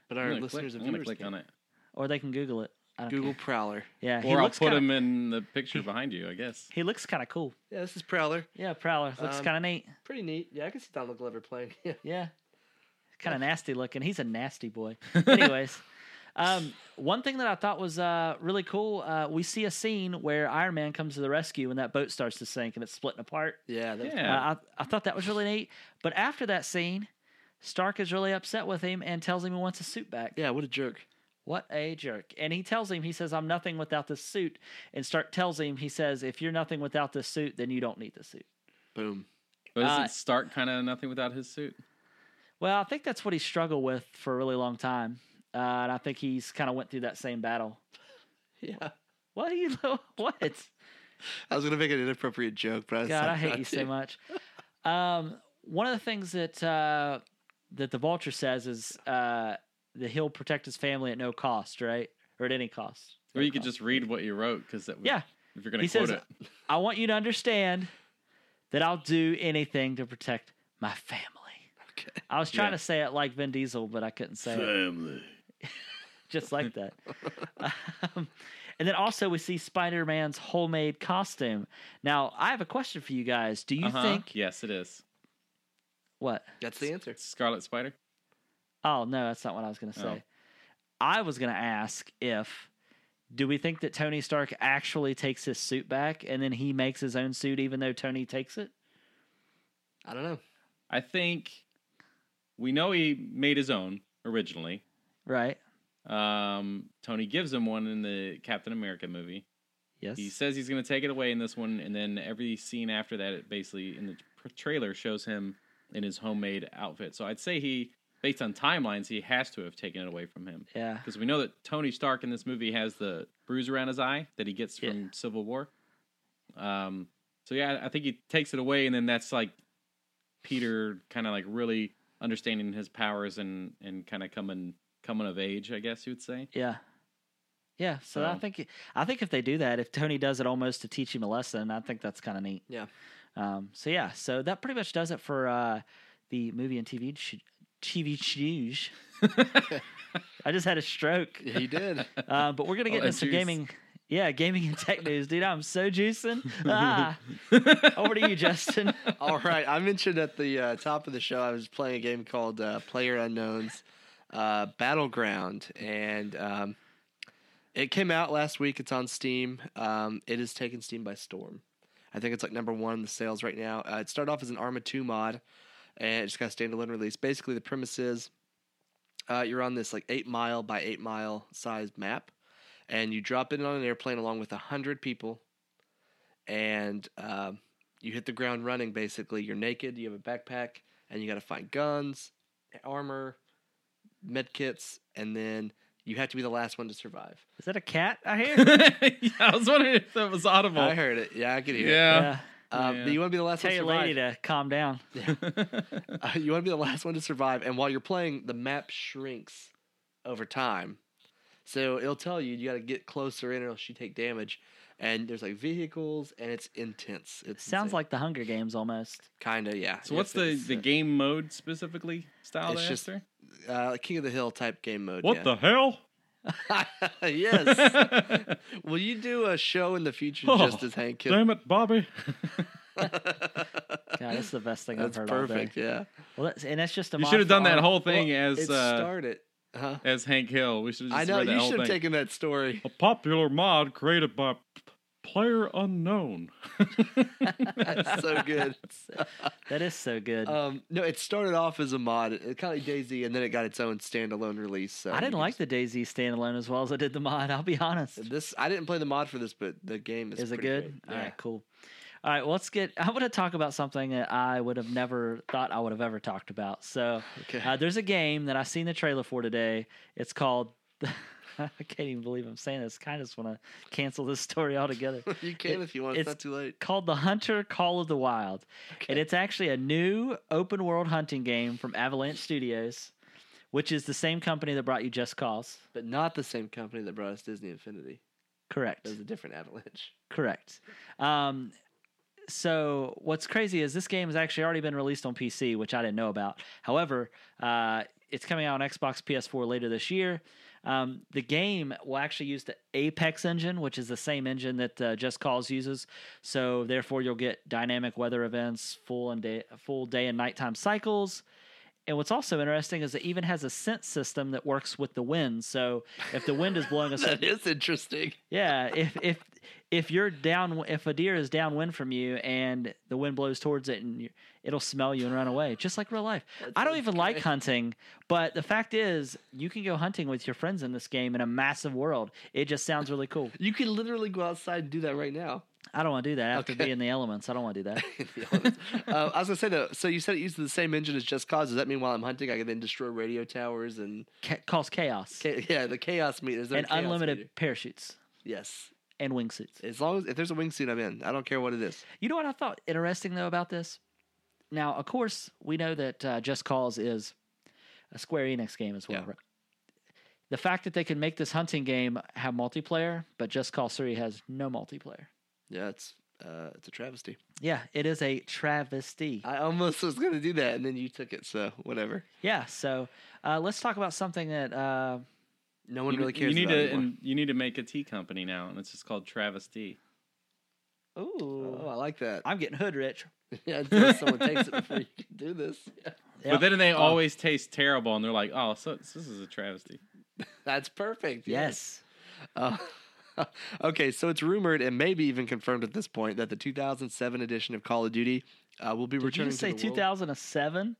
B: But
C: I'm
B: our
C: gonna
B: listeners
C: click,
B: and
C: I'm gonna
B: viewers
C: click
B: can.
C: on it,
A: or they can Google it. I don't
B: Google
A: care.
B: Prowler.
A: yeah, he
C: or I'll
A: looks
C: put
A: kinda,
C: him in the picture behind you. I guess.
A: He looks kind of cool.
B: Yeah, this is Prowler.
A: Yeah, Prowler looks
B: Um,
A: kind of neat.
B: Pretty neat. Yeah, I can see Donald Glover playing. him.
A: Yeah. Kind of nasty looking. He's a nasty boy. Anyways, um, one thing that I thought was uh, really cool uh, we see a scene where Iron Man comes to the rescue when that boat starts to sink and it's splitting apart.
B: <laughs> yeah. That's
C: Yeah.
A: Uh, I, I thought that was really neat. But after that scene, Stark is really upset with him and tells him he wants his suit back.
B: yeah. What a jerk.
A: What a jerk. And he tells him, he says, I'm nothing without this suit. And Stark tells him, he says, if you're nothing without this suit, then you don't need the suit.
B: Boom.
C: But isn't
A: Uh,
C: Stark kind of nothing without his suit?
A: Well, I think that's what he struggled with for a really long time, uh, and I think he's kind of went through that same battle.
B: <laughs> Yeah.
A: What <laughs> are you? What?
B: I was gonna make an inappropriate joke, but I
A: God,
B: decided
A: I hate
B: not
A: you
B: to.
A: so much. Um, one of the things that uh, that the vulture says is uh, that he'll protect his family at no cost, right, or at any cost.
C: Or
A: No
C: you could
A: cost.
C: just read what you wrote because that would,
A: yeah.
C: if you're gonna
A: He
C: quote
A: says-
C: it.
A: I want you to understand that I'll do anything to protect my family.
B: <laughs> Okay.
A: I was trying
C: Yeah.
A: to say it like Vin Diesel, but I couldn't say it.
C: Family.
A: just like that. um, and then also we see Spider Man's homemade costume. Now I have a question for you guys. Do you
C: Uh-huh.
A: think
C: Yes, it is.
A: what?
B: That's the answer.
C: Scarlet Spider.
A: Oh no, that's not what I was going to say.
C: Oh.
A: I was going to ask if do we think that Tony Stark actually takes his suit back and then he makes his own suit even though Tony takes it?
B: I don't know.
C: I think we know he made his own originally.
A: Right.
C: Um, Tony gives him one in the Captain America movie.
A: Yes.
C: He says he's going to take it away in this one, and then every scene after that, it basically in the tr- trailer shows him in his homemade outfit. So I'd say he, based on timelines, he has to have taken it away from him
A: yeah.
C: because we know that Tony Stark in this movie has the bruise around his eye that he gets from
A: Yeah.
C: Civil War. Um, so yeah, I think he takes it away, and then that's like Peter kind of like really understanding his powers and and kind of coming coming of age, I guess you
B: <laughs>
C: would say.
A: Yeah. Yeah, so I
C: So-
A: think I think if they do that, if Tony does it almost to teach him a lesson, I think that's kind of neat.
B: Yeah.
A: Um, so yeah, so that pretty much does it for uh, the movie and TV sh- TV shoes. <laughs> I just had a stroke,
B: Yeah, he <laughs> did.
A: uh, but we're gonna
C: All
A: get
C: that
A: into some
C: juice.
A: gaming. Yeah, gaming and tech news, dude. I'm so juicing. Ah, over to you, Justin.
B: All right. I mentioned at the uh, top of the show I was playing a game called uh, Player Unknowns uh, Battleground, and um, it came out last week. It's on Steam. Um, it has taken Steam by storm. I think it's like number one in the sales right now. Uh, it started off as an Arma 2 mod, and it just got a standalone release. Basically, the premise is uh, you're on this like eight mile by eight mile sized map, and you drop in on an airplane along with a hundred people, and um, you hit the ground running. Basically, you're naked. You have a backpack, and you got to find guns, armor, med kits, and then you have to be the last one to survive.
A: Is that a cat I hear?
C: Yeah, <laughs> I was wondering if that was audible.
B: I heard it. Yeah, I could hear it.
C: yeah.
A: yeah.
B: Um,
C: Yeah.
B: But you want to be the last
A: Tell
B: one to
A: your
B: survive.
A: lady to calm down.
B: Uh, <laughs> you want to be the last one to survive, and while you're playing, the map shrinks over time. So it'll tell you you got to get closer in, or else you take damage. and there's like vehicles, and it's intense. It
A: Sounds like the Hunger Games almost.
B: kinda yeah.
C: <laughs> So what's the, the game mode specifically style
B: It's
C: there,
B: just-
C: sir?
B: the uh, King of the Hill type game mode?
C: What the hell?
B: <laughs> the? <laughs> yes. Will you do a show in the future
C: Oh,
B: just as Hank Hill?
C: Damn it, Bobby.
A: God, that's the best thing I've
B: That's
A: heard
B: perfect.
A: all day.
B: Yeah.
A: Well, that's, and that's just a
C: you should have done that
A: modified-
C: whole thing
B: Well,
C: as
B: it
C: uh,
B: started. Huh?
C: as Hank Hill. We should have
B: I
C: just
B: know
C: read that
B: you
C: whole
B: should have
C: thing.
B: taken that <laughs> story.
C: A popular mod created by player unknown.
B: That's so good.
A: That is so good.
B: Um, no, it started off as a mod, kind of like Daisy, and then it got its own standalone release. So
A: I
B: you
A: didn't
B: can
A: like the DayZ standalone as well as I did the mod. I'll be honest.
B: just- this. I didn't play the mod for this, but the game is.
A: Is it
B: pretty
A: good?
B: great.
A: All
B: Yeah.
A: right, cool. All right, well, let's get. I want to talk about something that I would have never thought I would have ever talked about. So,
B: Okay.
A: uh, there's a game that I've seen the trailer for today. It's called. <laughs> I can't even believe I'm saying this. Kind of just want to cancel this story altogether.
B: <laughs> you can if you want. It's,
A: it's-
B: not too late.
A: called The Hunter Call of the Wild. And it's actually a new open world hunting game from Avalanche Studios, which is the same company that brought you Just Cause.
B: But not the same company that brought us Disney Infinity.
A: Correct.
B: It was a different Avalanche.
A: Correct. Um, so what's crazy is this game has actually already been released on PC, which I didn't know about. However, uh, it's coming out on Xbox, PS4 later this year. Um, the game will actually use the Apex engine, which is the same engine that uh, Just Cause uses. So therefore, you'll get dynamic weather events, full and day, full day and nighttime cycles. And what's also interesting is it even has a sense system that works with the wind. So if the wind is
B: <laughs>
A: blowing a certain
B: <laughs> that is interesting.
A: yeah, if if if you're down, if a deer is downwind from you and the wind blows towards it, and you, it'll smell you and run away, just like real life.
B: That
A: I don't
B: sounds
A: even like
B: great.
A: hunting, but the fact is, you can go hunting with your friends in this game in a massive world. It just sounds really cool.
B: You can literally go outside and do that right now.
A: I don't want to do that. I have to
B: Okay.
A: be in the elements. I don't want to do
B: <laughs>
A: that.
B: um, I was gonna say though. So you said it uses the same engine as Just Cause. Does that mean while I'm hunting, I can then destroy radio towers and
A: Ca- cause chaos
B: Ca- <laughs> yeah, the chaos meter. Is there a
A: and
B: chaos
A: unlimited
B: meter?
A: parachutes
B: Yes.
A: and wingsuits.
B: As long as if there's a wingsuit, I'm in. I don't care what it is.
A: You know what I thought interesting though about this? Now, of course, we know that uh, Just Cause is a Square Enix game as well.
B: Yeah.
A: Right? The fact that they can make this hunting game have multiplayer, but Just Cause Three has no multiplayer.
B: Yeah, it's uh, it's a travesty.
A: Yeah, it is a travesty.
B: I almost <laughs> was gonna do that, and then you took it. So whatever.
A: yeah, so uh, let's talk about something that uh,
B: No one
C: you,
B: really
C: you
B: cares.
C: need
B: about
C: to
B: it anymore.
C: and you need to make a tea company now, and it's just called Travesty.
B: Oh,
A: ooh,
B: I like that.
A: I'm getting hood rich.
B: <laughs> yeah, until someone takes it before you can do this. Yeah.
A: Yeah.
C: But then they always taste terrible, and they're like, "Oh, so, so this is a travesty."
B: That's perfect.
A: Yes.
B: Uh, okay, so it's rumored and maybe even confirmed at this point that the 2007 edition of Call of Duty uh, will be
A: Did you
B: returning
A: just say
B: to the world-
A: 2007?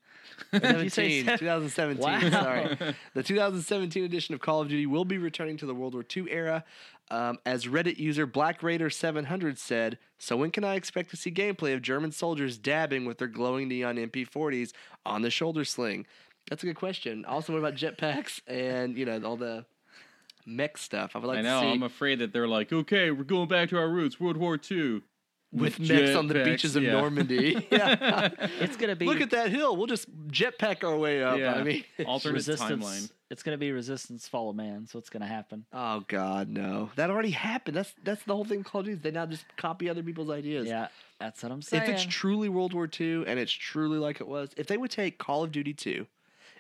A: Did you say
B: 17, <laughs>
A: seven?
B: 2017.
A: Wow.
B: Sorry, the 2017 edition of Call of Duty will be returning to the World War II era. Um, as Reddit user Black Raider 700 said, "So when can I expect to see gameplay of German soldiers dabbing with their glowing neon MP40s on the shoulder sling?" That's a good question. Also, what about jetpacks and you know all the mech stuff? I would like
C: I know.
B: to see
C: I'm afraid that they're like, "Okay, we're going back to our roots, World War II."
B: with
C: With
B: mechs on the
C: jetpacks,
B: beaches of
C: yeah.
B: Normandy. <laughs> Yeah.
A: It's gonna be
B: Look at that hill. We'll just jetpack our way up.
C: Yeah.
B: I mean,
C: <laughs> Alternate
A: resistance.
C: timeline.
A: It's gonna be resistance follow man. So what's gonna happen?
B: Oh God, no! That already happened. That's that's the whole thing. Call of Duty. They now just copy other people's ideas.
A: Yeah, that's what I'm saying.
B: If it's truly World War II and it's truly like it was, if they would take Call of Duty 2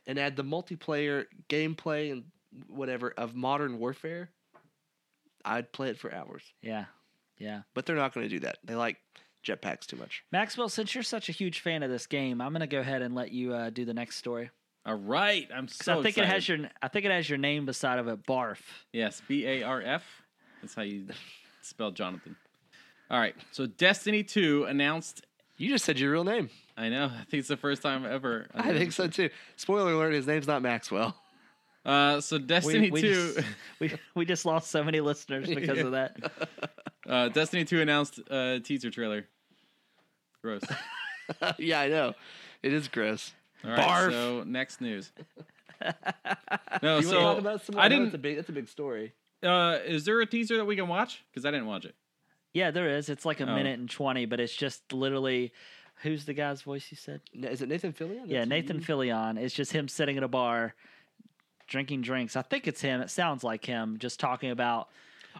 B: and add the multiplayer gameplay and whatever of Modern Warfare, I'd play it for hours.
A: Yeah, yeah.
B: But they're not going to do that. They like jetpacks too much.
A: Maxwell, since you're such a huge fan of this game, I'm gonna go ahead and let you uh, do the next story.
C: All right, I'm
A: 'Cause
C: so.
A: I think
C: excited.
A: it has your, I think it has your name beside of it. Barf.
C: Yes, B A R F. That's
B: <laughs>
C: how you spell Jonathan. All right. So Destiny 2 announced.
B: You just said your real name.
C: I know. <laughs> I think it's the first time ever.
B: <laughs> I think so too. Spoiler alert: his name's not Maxwell. <laughs>
C: Uh, so Destiny
A: We, we,
C: 2.
A: just, we <laughs> we just lost so many listeners because of that.
C: <laughs> Uh, Destiny 2 announced uh, teaser trailer. Gross.
B: yeah, I know. It is gross.
C: All right.
B: Barf.
C: So next news.
B: <laughs> You
C: No. Oh, so
B: want to talk about it some more?
C: I
B: know It's a
C: didn't.
B: big. It's a big story.
C: Uh, is there a teaser that we can watch? Because I didn't watch it.
A: Yeah, there is. It's like a
C: Oh.
A: minute and twenty, but it's just literally. Who's the guy's voice you said?
B: Na- Is it Nathan Fillion?
A: yeah,
B: That's
A: Nathan
B: you?
A: Fillion. It's just him sitting at a bar, drinking drinks. I think it's him. It sounds like him, just talking about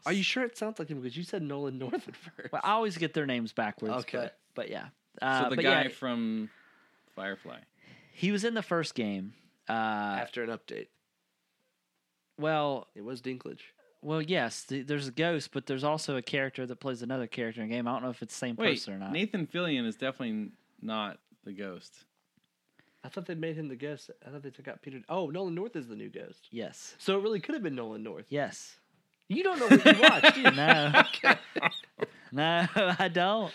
B: Are you sure it sounds like him? Because you said Nolan <laughs> North at first.
A: Well, I always get their names backwards.
B: Okay.
A: But, but yeah. Uh,
C: so the
A: but
C: guy
A: yeah,
C: from Firefly.
A: he was in the first game. Uh,
B: After an update,
A: well,
B: it was Dinklage.
A: well, yes. th there's a ghost, but there's also a character that plays another character in the game. I don't know if it's the same
C: Wait,
A: person or not.
C: Nathan Fillion is definitely not
B: <laughs>
C: the ghost.
B: I thought they made him the ghost. I thought they took out Peter. Oh, Nolan North is the new ghost.
A: Yes.
B: So it really could have been Nolan North. <laughs>
A: Yes.
B: You don't know what you watched. do <laughs> you?
A: No. no, <laughs> I don't.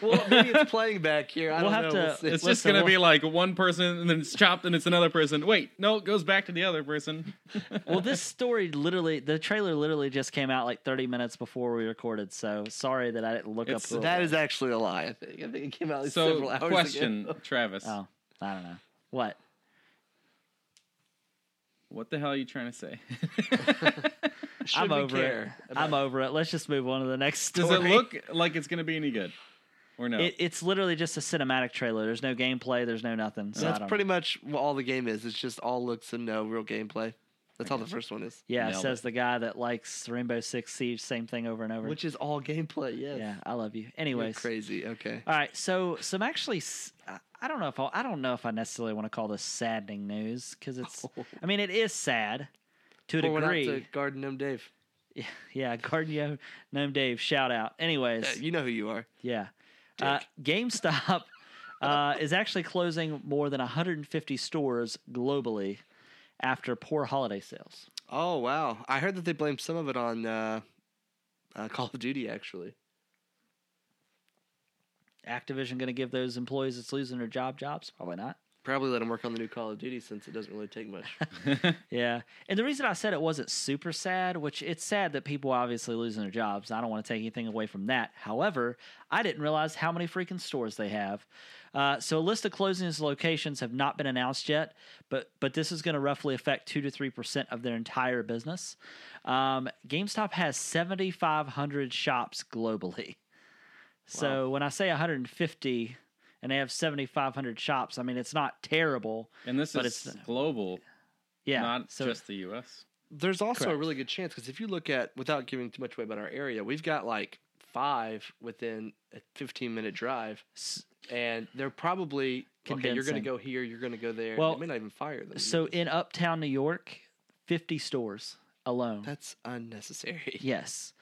B: Well, maybe it's playing back here. I
A: We'll
B: don't
A: have
B: know.
A: to-
B: We'll see.
C: It's just
A: Listen,
C: gonna
A: we'll-
C: be like one person and then it's chopped and it's another person. Wait, no, it goes back to the
B: <laughs>
C: other person.
A: Well, this story literally, the trailer literally just came out like 30 minutes before we recorded. So sorry that I didn't look
C: It's-
A: up. who it
B: <laughs> that
A: was.
B: is actually a lie. I think. I think it came out like
C: so
B: several hours
C: question,
B: <laughs> ago.
C: Travis.
A: Oh, I don't know. What?
C: What the hell are you
A: <laughs>
C: trying to say?
B: Should
A: I'm
B: we
A: over
B: care
A: it. I'm
B: about-
A: over it. Let's just move on to the next story.
C: Does it look like it's gonna be any good? Or no?
A: It, it's literally just a cinematic trailer. There's no gameplay. There's no nothing. So
B: That's
A: I don't
B: pretty
A: know.
B: much what all the game is. It's just all looks and no real gameplay. That's all the first one is,
A: Yeah,
C: Nailed
A: says the guy that likes Rainbow Six Siege, same thing over and over.
B: which is all gameplay. Yes.
A: yeah, I love you.
B: You're
A: Anyways,
B: crazy. Okay.
A: All right, so some actually, s- I- I don't know if I'll, I don't know if I necessarily want to call this saddening news because
B: <laughs>
A: it's. I mean, it is sad to a
B: Pour one out to
A: degree.
B: Garden Gnome Dave.
A: <laughs> Yeah, Guardian Gnome Dave, shout out.
B: Yeah,
A: Anyways,
B: you know who you are.
A: yeah, uh, GameStop <laughs> uh, is actually closing more than 150 stores globally after poor holiday sales.
B: Oh wow! I heard that they blamed some of it on uh, uh, Call of Duty. Actually,
A: Activision going to give those employees that's losing their job jobs? Probably not.
B: probably let them work on the new Call of Duty since it doesn't really take much.
A: Yeah. And the reason I said it wasn't super sad, which it's sad that people obviously losing their jobs. I don't want to take anything away from that. However, I didn't realize how many freaking stores they have. Uh, so a list of closings locations have not been announced yet, but but this is going to roughly affect two to three percent of their entire business. Um, GameStop has seventy five hundred shops globally. So when I say one hundred and fifty, and they have seventy five hundred shops, I mean it's not terrible.
C: <laughs> and this
A: but
C: is
A: it's- uh,
C: global,
A: Yeah,
C: not
A: so
C: just the U.S.
B: There's also a
A: Correct.
B: really good chance because if you look at without giving too much away about our area, we've got like five within a 15 minute drive,
A: s-
B: and they're probably okay. You're going to
A: Condensing.
B: go here. You're going to go there.
A: Well,
B: they may not even fire them.
A: So in uptown New York, 50 stores alone.
B: that's unnecessary.
A: yes.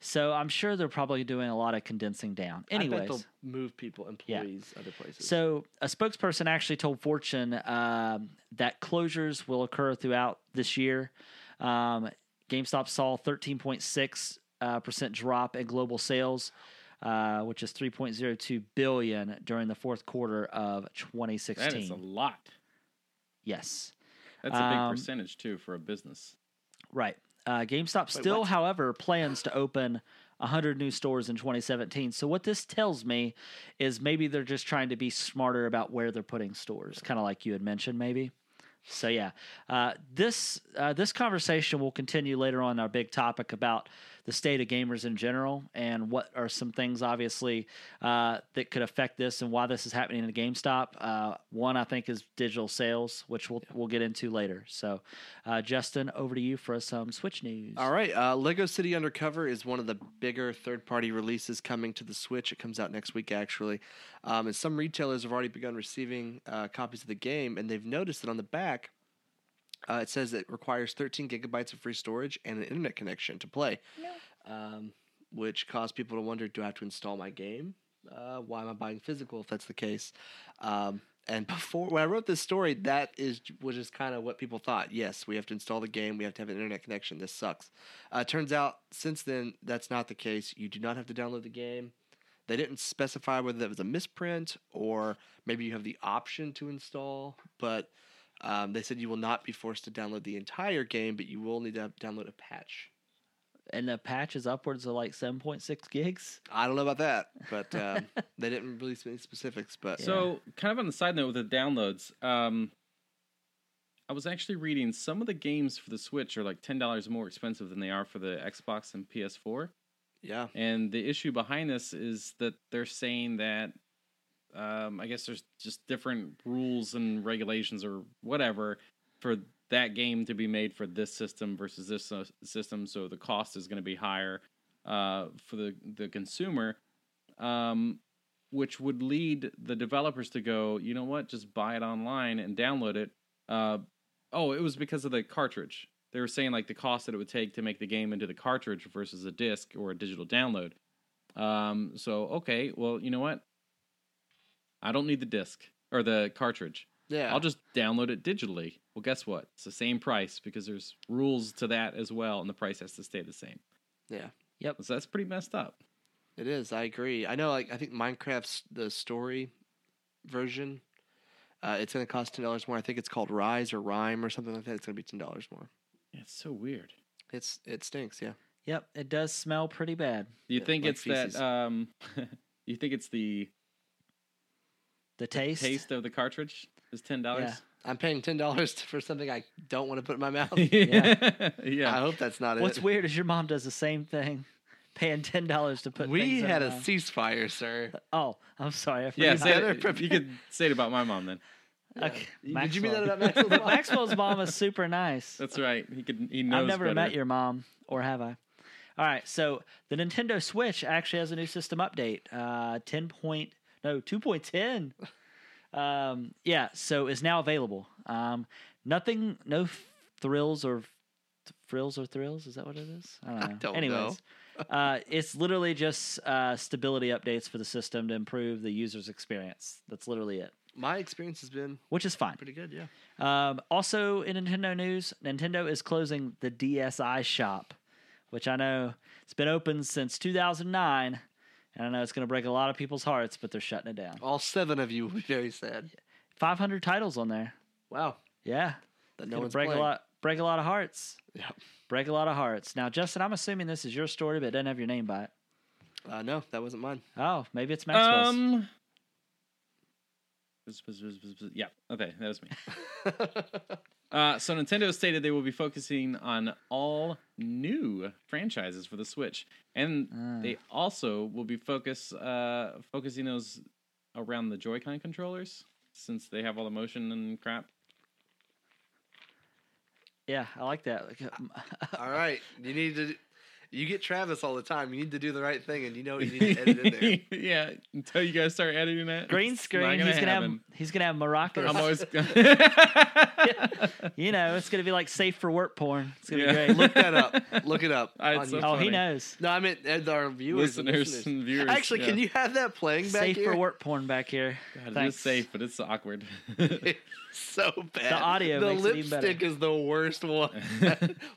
A: So I'm sure they're probably doing a lot of condensing down.
B: I bet they'll
A: <laughs> Anyways,
B: move people, employees, other places.
A: so a spokesperson actually told Fortune um, that closures will occur throughout this year. Um, GameStop saw 13.6 uh, percent drop in global sales, uh, which is 3.02 billion during the fourth quarter of
C: That
A: 2016.
C: is a lot.
A: yes.
C: That's a big
A: Um,
C: percentage too for a business.
A: Right. Uh, GameStop still,
B: what?
A: however, plans to open 100 new stores in 2017. So what this tells me is maybe they're just trying to be smarter about where they're putting stores, kind of like you had mentioned, maybe. So yeah, uh, this uh, this conversation will continue later on in our big topic about the state of gamers in general and what are some things obviously uh, that could affect this and why this is happening in GameStop. Uh, one I think is digital sales, which we'll we'll get into later. So uh, Justin, over to you for some Switch news.
B: All right, uh, Lego City Undercover is one of the bigger third-party releases coming to the Switch. It comes out next week, actually. Um, and some retailers have already begun receiving uh, copies of the game, and they've noticed that on the back, uh, it says it requires 13 gigabytes of free storage and an internet connection to play, um, which caused people to wonder: Do I have to install my game? Uh, why am I buying physical if that's the case? Um, and <laughs> before when I wrote this story, that is was just kind of what people thought. Yes, we have to install the game. We have to have an internet connection. This sucks. Uh, turns out since then that's not the case. You do not have to download the game. They didn't specify whether that was a misprint or maybe you have the option to install, but um, they said you will not be forced to download the entire game, but you will need to download a patch.
A: And the patch is upwards of like 7.6 gigs.
B: I don't know about that, but um, they didn't release any specifics. But
C: So, kind of on the side note with the downloads, um, I was actually reading some of the games for the Switch are like ten dollars more expensive than they are for the Xbox and PS4.
B: yeah,
C: And the issue behind this is that they're saying that um, I guess there's just different rules and regulations or whatever for that game to be made for this system versus this uh, system, so the cost is going to be higher uh, for the the consumer, um, which would lead the developers to go, you know what, just buy it online and download it. Uh, oh, it was because of the cartridge. They were saying like the cost that it would take to make the game into the cartridge versus a disc or a digital download. Um, so okay, well, you know what? I don't need the disc or the cartridge.
B: Yeah.
C: I'll just download it digitally. Well, guess what? It's the same price because there's rules to that as well, and the price has to stay the same.
B: Yeah.
A: Yep.
C: So that's pretty messed up.
B: It is. I agree. I know. Like I think Minecraft's the story version. Uh, it's going to cost ten dollars more. I think it's called Rise or Rhyme or something like that. It's going to be ten dollars more.
C: It's so weird.
B: It's it stinks. Yeah.
A: Yep, it does smell pretty bad.
C: You
B: Yeah,
C: think
B: like
C: it's
B: feces.
C: that? Um, <laughs> you think it's the
A: The taste.
C: taste of the cartridge is ten dollars?
B: I'm paying ten dollars <laughs> for something I don't want to put in my <laughs> mouth.
C: <laughs> Yeah.
B: I hope that's not
A: What's
B: it.
A: weird is your mom does the same thing, <laughs> paying ten dollars to put.
B: we
A: things in
B: had a
A: her mouth.
B: ceasefire, sir.
A: Oh, I'm sorry. I
C: Yeah,
A: forgot.
C: say
B: better
C: it- you
B: prepare.
C: could say it about my mom then.
A: <laughs> Okay,
B: Did you mean
A: Maxwell. <laughs>
B: that about Maxwell's mom?
A: Maxwell's mom is
B: <laughs>
A: super nice.
C: That's right. He could. He knows.
A: I've never
C: better.
A: met your mom, or have I? All right, so the Nintendo Switch actually has a new system update. Uh, ten point no two point ten. Um, yeah, so is now available. Um, nothing, no f- thrills or f- frills or thrills. Is that what it is? I don't know.
B: don't
A: Anyways, <laughs> uh, it's literally just uh, stability updates for the system to improve the user's experience. That's literally it,
B: My experience has been
A: which is fine.
B: pretty good. Yeah.
A: Um, also, in Nintendo news, Nintendo is closing the DSi shop, which I know it's been open since 2009, and I know it's going to break a lot of people's hearts, but they're shutting it down.
B: All seven of you will be very sad.
A: 500 titles on there.
B: Wow.
A: Yeah,
B: That
A: it's
B: no
A: going
B: one's
A: to break
B: playing.
A: a lot, break a lot of hearts,
B: Yeah.
A: break a lot of hearts. Now, Justin, I'm assuming this is your story, but it doesn't have your name by it.
B: Uh, no, that wasn't mine. <laughs>
A: Oh, maybe it's Maxwell's.
C: Um. bzz, bzz, bzz, bzz, bzz. Yeah. Okay, that was me. Uh, so Nintendo stated they will be focusing on all new franchises for the Switch, and
A: Ah.
C: they also will be focus uh, focusing those around the Joy-Con controllers since they have all the motion and crap.
A: yeah, I like that. Like, uh,
B: all right. You need to. You get Travis all the time. You need to do the right thing, and you know what you
C: <laughs>
B: need to edit in there.
C: yeah, until you guys start editing
A: <laughs>
C: that
A: Green
C: it's not
A: screen. he's gonna have
C: happen.
A: he's gonna have maracas.
C: I'm always.
B: <laughs>
A: you know, it's gonna be like safe for work porn. It's gonna <laughs>
C: Yeah.
A: be great.
B: Look that up. Look it up.
C: <laughs> All right,
B: on
C: so-
B: YouTube.
A: Oh,
C: funny.
A: he knows.
B: no, I meant uh, our viewers, and
C: listeners,
B: listeners.
C: and viewers.
B: Actually,
C: yeah.
B: can you have that playing back
A: Safe
B: here?
A: for work porn back here.
C: God, it
A: Thanks.
C: is safe, but it's awkward.
B: <laughs>
C: <laughs>
B: It's so bad.
A: The audio
B: The
A: makes it even better.
B: lipstick is the worst
C: <laughs>
B: one.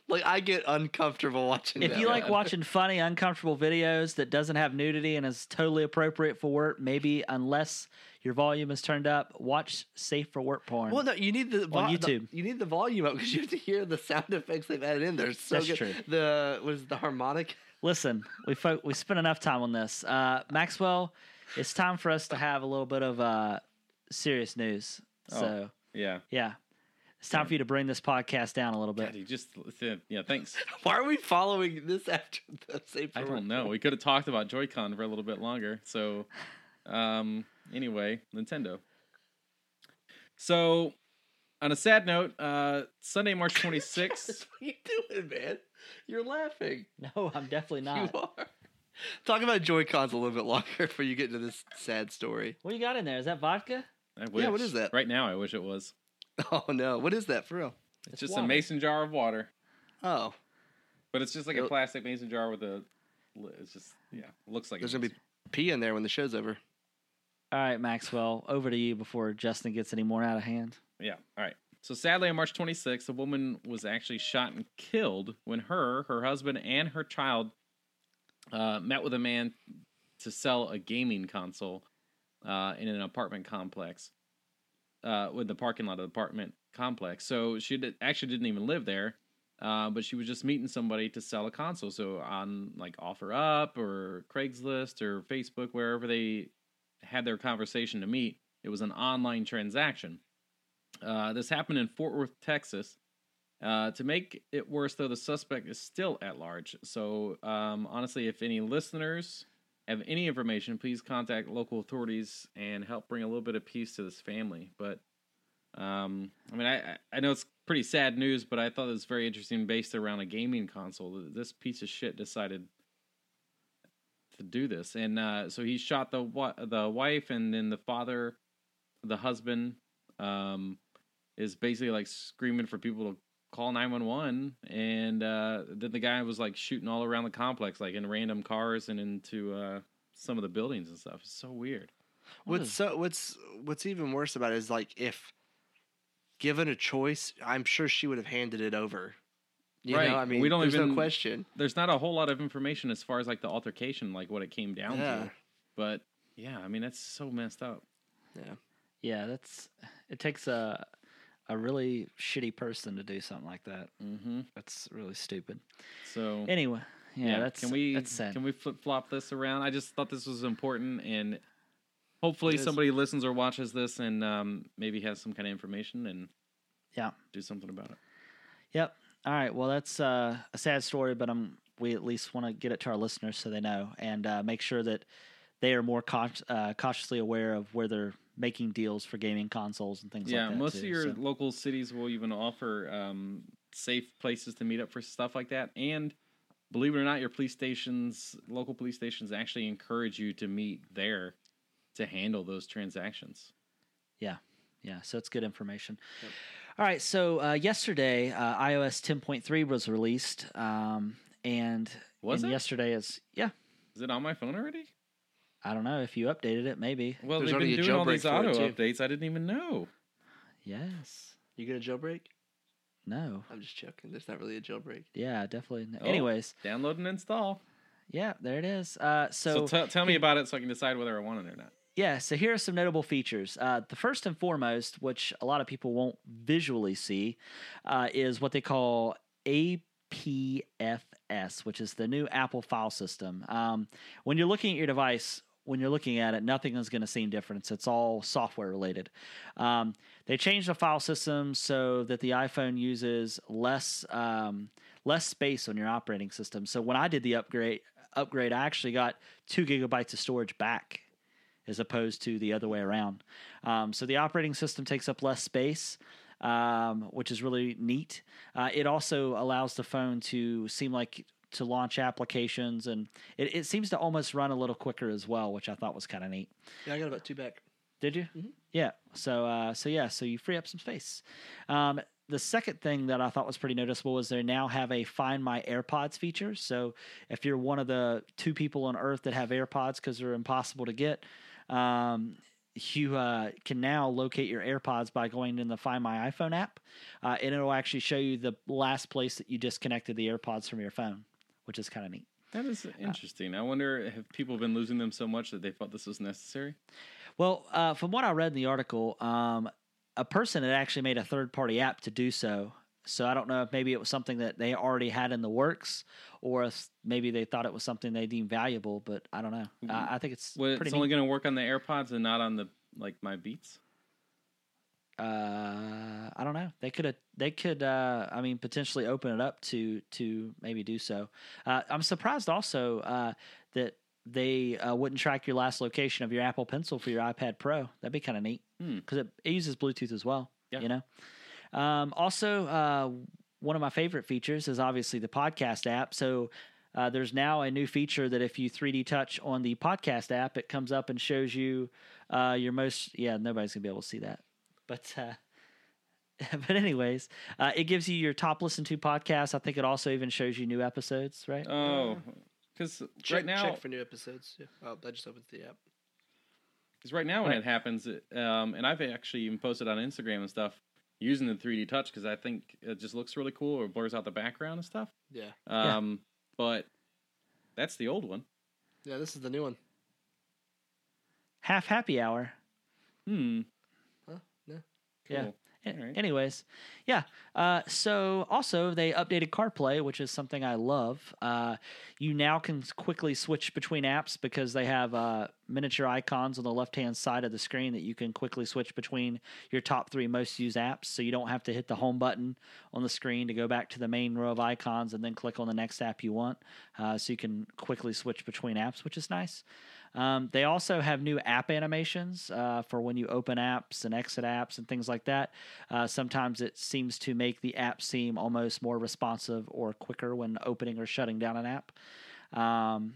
B: like I get uncomfortable watching.
A: If
B: that.
A: you like
C: God.
A: watching funny, uncomfortable videos that doesn't have nudity and is totally appropriate for work, maybe unless your volume is turned up, watch Safe for Work porn.
B: Well, no, you need the vo- the-
A: YouTube.
B: you need the volume up because you have to hear the sound effects they've added in. They're so
A: That's
B: good.
A: true.
B: The was the harmonic. <laughs>
A: Listen, we fo- we spent enough time on this. Uh, Maxwell, it's time for us to have a little bit of uh, serious news.
C: Oh.
A: So
C: yeah.
A: yeah, it's time for you to bring this podcast down a little
C: God,
A: bit.
C: you just yeah. Thanks.
B: Why are we following this after the same?
C: I
B: format?
C: don't know. We could have talked about Joy-Con for a little bit longer. So, um, anyway, Nintendo. So, on a sad note, uh, Sunday, March 26th.
B: That's <laughs> what you doing, man? You're laughing.
A: <laughs> No, I'm
C: <laughs>
A: definitely not.
B: You are. Talk about Joy Cons a little bit longer <laughs> before you get into this sad story. <laughs>
A: What do you got in there? Is that vodka?
C: I wish.
B: what is that?
C: Right now, I wish it was.
B: Oh no, what is that for real?
C: It's,
A: It's
C: just a
A: water.
C: mason jar of water,
B: Oh,
C: but it's just like a
B: It'll-
C: plastic mason jar with a. li- It's just yeah, looks like
B: there's
C: it's
B: gonna be pee in there when the show's over.
A: All right, Maxwell, over to you before Justin gets any more out of hand.
C: Yeah. All right. So sadly, on March 26th, a woman was actually shot and killed when her, her husband, and her child uh, met with a man to sell a gaming console uh, in an apartment complex, uh, with the parking lot of the apartment complex. So she did, actually didn't even live there, uh, but she was just meeting somebody to sell a console. So on like OfferUp or Craigslist or Facebook, wherever they had their conversation to meet, it was an online transaction. Uh, this happened in Fort Worth, Texas. Uh, to make it worse, though, the suspect is still at large. So, um, honestly, if any listeners have any information, please contact local authorities and help bring a little bit of peace to this family. But, um, I mean, I I- I know it's pretty sad news, but I thought it was very interesting based around a gaming console that this piece of shit decided to do this. And uh, so he shot the wa- the wife and then the father, the husband um, is basically like screaming for people to call 911 and uh, then the guy was like shooting all around the complex like in random cars and into uh, some of the buildings and stuff. It's so weird.
A: What
B: What's
A: is-
C: Hmm.
B: so what's what's even worse about it is like if given a choice, I'm sure she would have handed it over. You
C: Right.
B: know, I mean,
C: We don't
B: there's
C: even-
B: no question.
C: There's not a whole lot of information as far as like the altercation, like what it came down
B: Yeah.
C: to. But yeah, I mean that's so messed up.
A: yeah, that's it takes a a really shitty person to do something like that.
C: Mm-hmm.
A: That's really stupid.
C: So
A: Anyway, yeah, that's
C: can we
A: that's sad.
C: can we flip flop this around? I just thought this was important, and hopefully
B: It is.
C: somebody listens or watches this and um, maybe has some kind of information and
A: Yeah.
C: do something about it.
A: Yep. All right. Well, that's uh, a sad story, but um, we at least want to get it to our listeners so they know and uh, make sure that they are more caut- uh, cautiously aware of where they're making deals for gaming consoles and things
C: yeah,
A: like that.
C: most
A: too,
C: of your
A: so-
C: local cities will even offer um, safe places to meet up for stuff like that, and believe it or not, your police stations, local police stations, actually encourage you to meet there to handle those transactions.
A: Yeah, so it's good information. All right, so uh, yesterday uh, iOS 10.3 was released, um, and
C: Was
A: and
C: it?
A: yesterday is yeah.
C: Is it on my phone already?
A: I don't know if you updated it, maybe.
C: Well,
B: There's
C: they've
B: already
C: been
B: a
C: doing all
B: jailbreak
C: these
B: for it,
C: auto
B: too.
C: updates. I didn't even know.
A: Yes.
B: You gonna jailbreak?
A: No.
B: I'm just joking. There's not really a jailbreak.
A: Yeah, definitely.
C: Oh.
A: Anyways,
C: Download and install.
A: yeah, there it is. Uh,
C: So, t- tell me about it so I can decide whether I want it or not.
A: Yeah, so here are some notable features. Uh, the first and foremost, which a lot of people won't visually see, uh, is what they call APFS, which is the new Apple file system. Um, when you're looking at your device, when you're looking at it, nothing is going to seem different. It's all software related. Um, they changed the file system so that the iPhone uses less um, less space on your operating system. So when I did the upgrade upgrade, I actually got two gigabytes of storage back as opposed to the other way around. Um, so the operating system takes up less space, um, which is really neat. Uh, it also allows the phone to seem like to launch applications, and it, it seems to almost run a little quicker as well, which I thought was kind of neat.
B: Yeah, I got about two back.
A: Did you?
B: Mhm.
A: Yeah. So uh, so yeah. So you free up some space. Um, the second thing that I thought was pretty noticeable was they now have a Find My AirPods feature. So if you're one of the two people on Earth that have AirPods because they're impossible to get, um, you uh, can now locate your AirPods by going in the Find My iPhone app, uh, and it'll actually show you the last place that you disconnected the AirPods from your phone, which is kind of neat.
C: That is interesting. I wonder have people been losing them so much that they thought this was necessary?
A: Well, uh, from what I read in the article, um, a person had actually made a third party app to do so. So I don't know if maybe it was something that they already had in the works, or if maybe they thought it was something they deemed valuable. But I don't know. I I think it's
C: Mm-hmm. Well, it's
A: pretty.
C: only
A: neat.
C: going to work on the AirPods and not on the like my Beats.
A: uh, I don't know. They could. They could. Uh, I mean, potentially open it up to to maybe do so. Uh, I'm surprised also uh, that they uh, wouldn't track your last location of your Apple Pencil for your iPad Pro. That'd be kind of neat
C: Hmm.
A: because it, it uses Bluetooth as well.
C: Yeah.
A: You know. Um, also, uh, one of my favorite features is obviously the podcast app. So. Uh, there's now a new feature that if you 3D touch on the podcast app, it comes up and shows you uh, your most. Yeah, nobody's gonna be able to see that, but uh, <laughs> but anyways, uh, it gives you your top listened to podcasts. I think it also even shows you new episodes, right?
C: Oh, because
B: Check,
C: right now,
B: check for new episodes. Yeah. Oh, that just opens the app.
C: because right now when
A: Right.
C: it happens, it, um, and I've actually even posted on Instagram and stuff using the 3D touch because I think it just looks really cool or blurs out the background and stuff.
B: Yeah,
A: Yeah.
C: Um, but that's the old one.
B: yeah. This is the new one.
A: Half happy hour.
C: Hmm.
B: Huh? No.
A: Yeah.
C: Cool.
A: An-
C: Alright.
A: Anyways, yeah. Uh, so also they updated CarPlay, which is something I love. Uh, you now can s- quickly switch between apps because they have uh, miniature icons on the left hand side of the screen that you can quickly switch between your top three most used apps. So you don't have to hit the home button on the screen to go back to the main row of icons and then click on the next app you want. Uh, so you can quickly switch between apps, which is nice. Um, they also have new app animations uh, for when you open apps and exit apps and things like that. Uh, sometimes it seems to make the app seem almost more responsive or quicker when opening or shutting down an app. Um,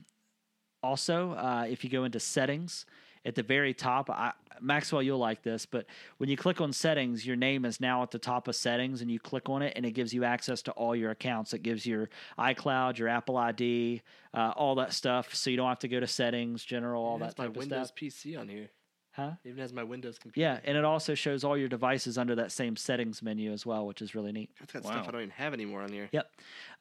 A: also, uh, if you go into settings at the very top, I, Maxwell, you'll like this, but when you click on settings, your name is now at the top of settings, and you click on it, and it gives you access to all your accounts. It gives your iCloud, your Apple ID, uh, all that stuff, so you don't have to go to settings, general, all
B: It has
A: that
B: my
A: type of
B: Windows
A: stuff.
B: PC on here.
A: Huh?
B: It even has my Windows computer.
A: Yeah, and it also shows all your devices under that same settings menu as well, which is really neat.
B: That's got
C: Wow.
B: stuff I don't even have anymore on here.
A: Yep.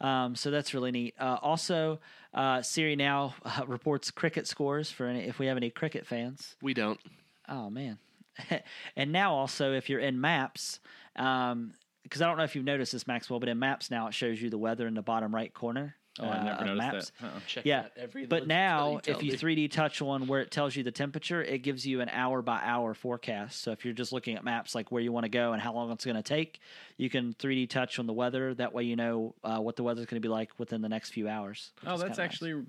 A: Um, so that's really neat. Uh, also, uh, Siri now uh, <laughs> reports cricket scores for any, if we have any cricket fans.
B: We don't.
A: Oh man. <laughs> and now also, if you're in Maps, because I don't know if you've noticed this, Maxwell, but in Maps now it shows you the weather in the bottom right corner.
C: Oh, I
A: uh,
C: never
A: of
C: noticed
A: Maps.
C: that. Uh-uh.
B: Check
A: Yeah,
B: out every
A: But
B: little
A: now,
B: detail
A: if you
B: tell
A: 3D touch on where it tells you the temperature, it gives you an hour by hour forecast. So if you're just looking at maps like where you want to go and how long it's going to take, you can 3D touch on the weather. That way, you know uh, what the weather's going to be like within the next few hours. which
C: Oh,
A: is
C: that's
A: kinda nice.
C: actually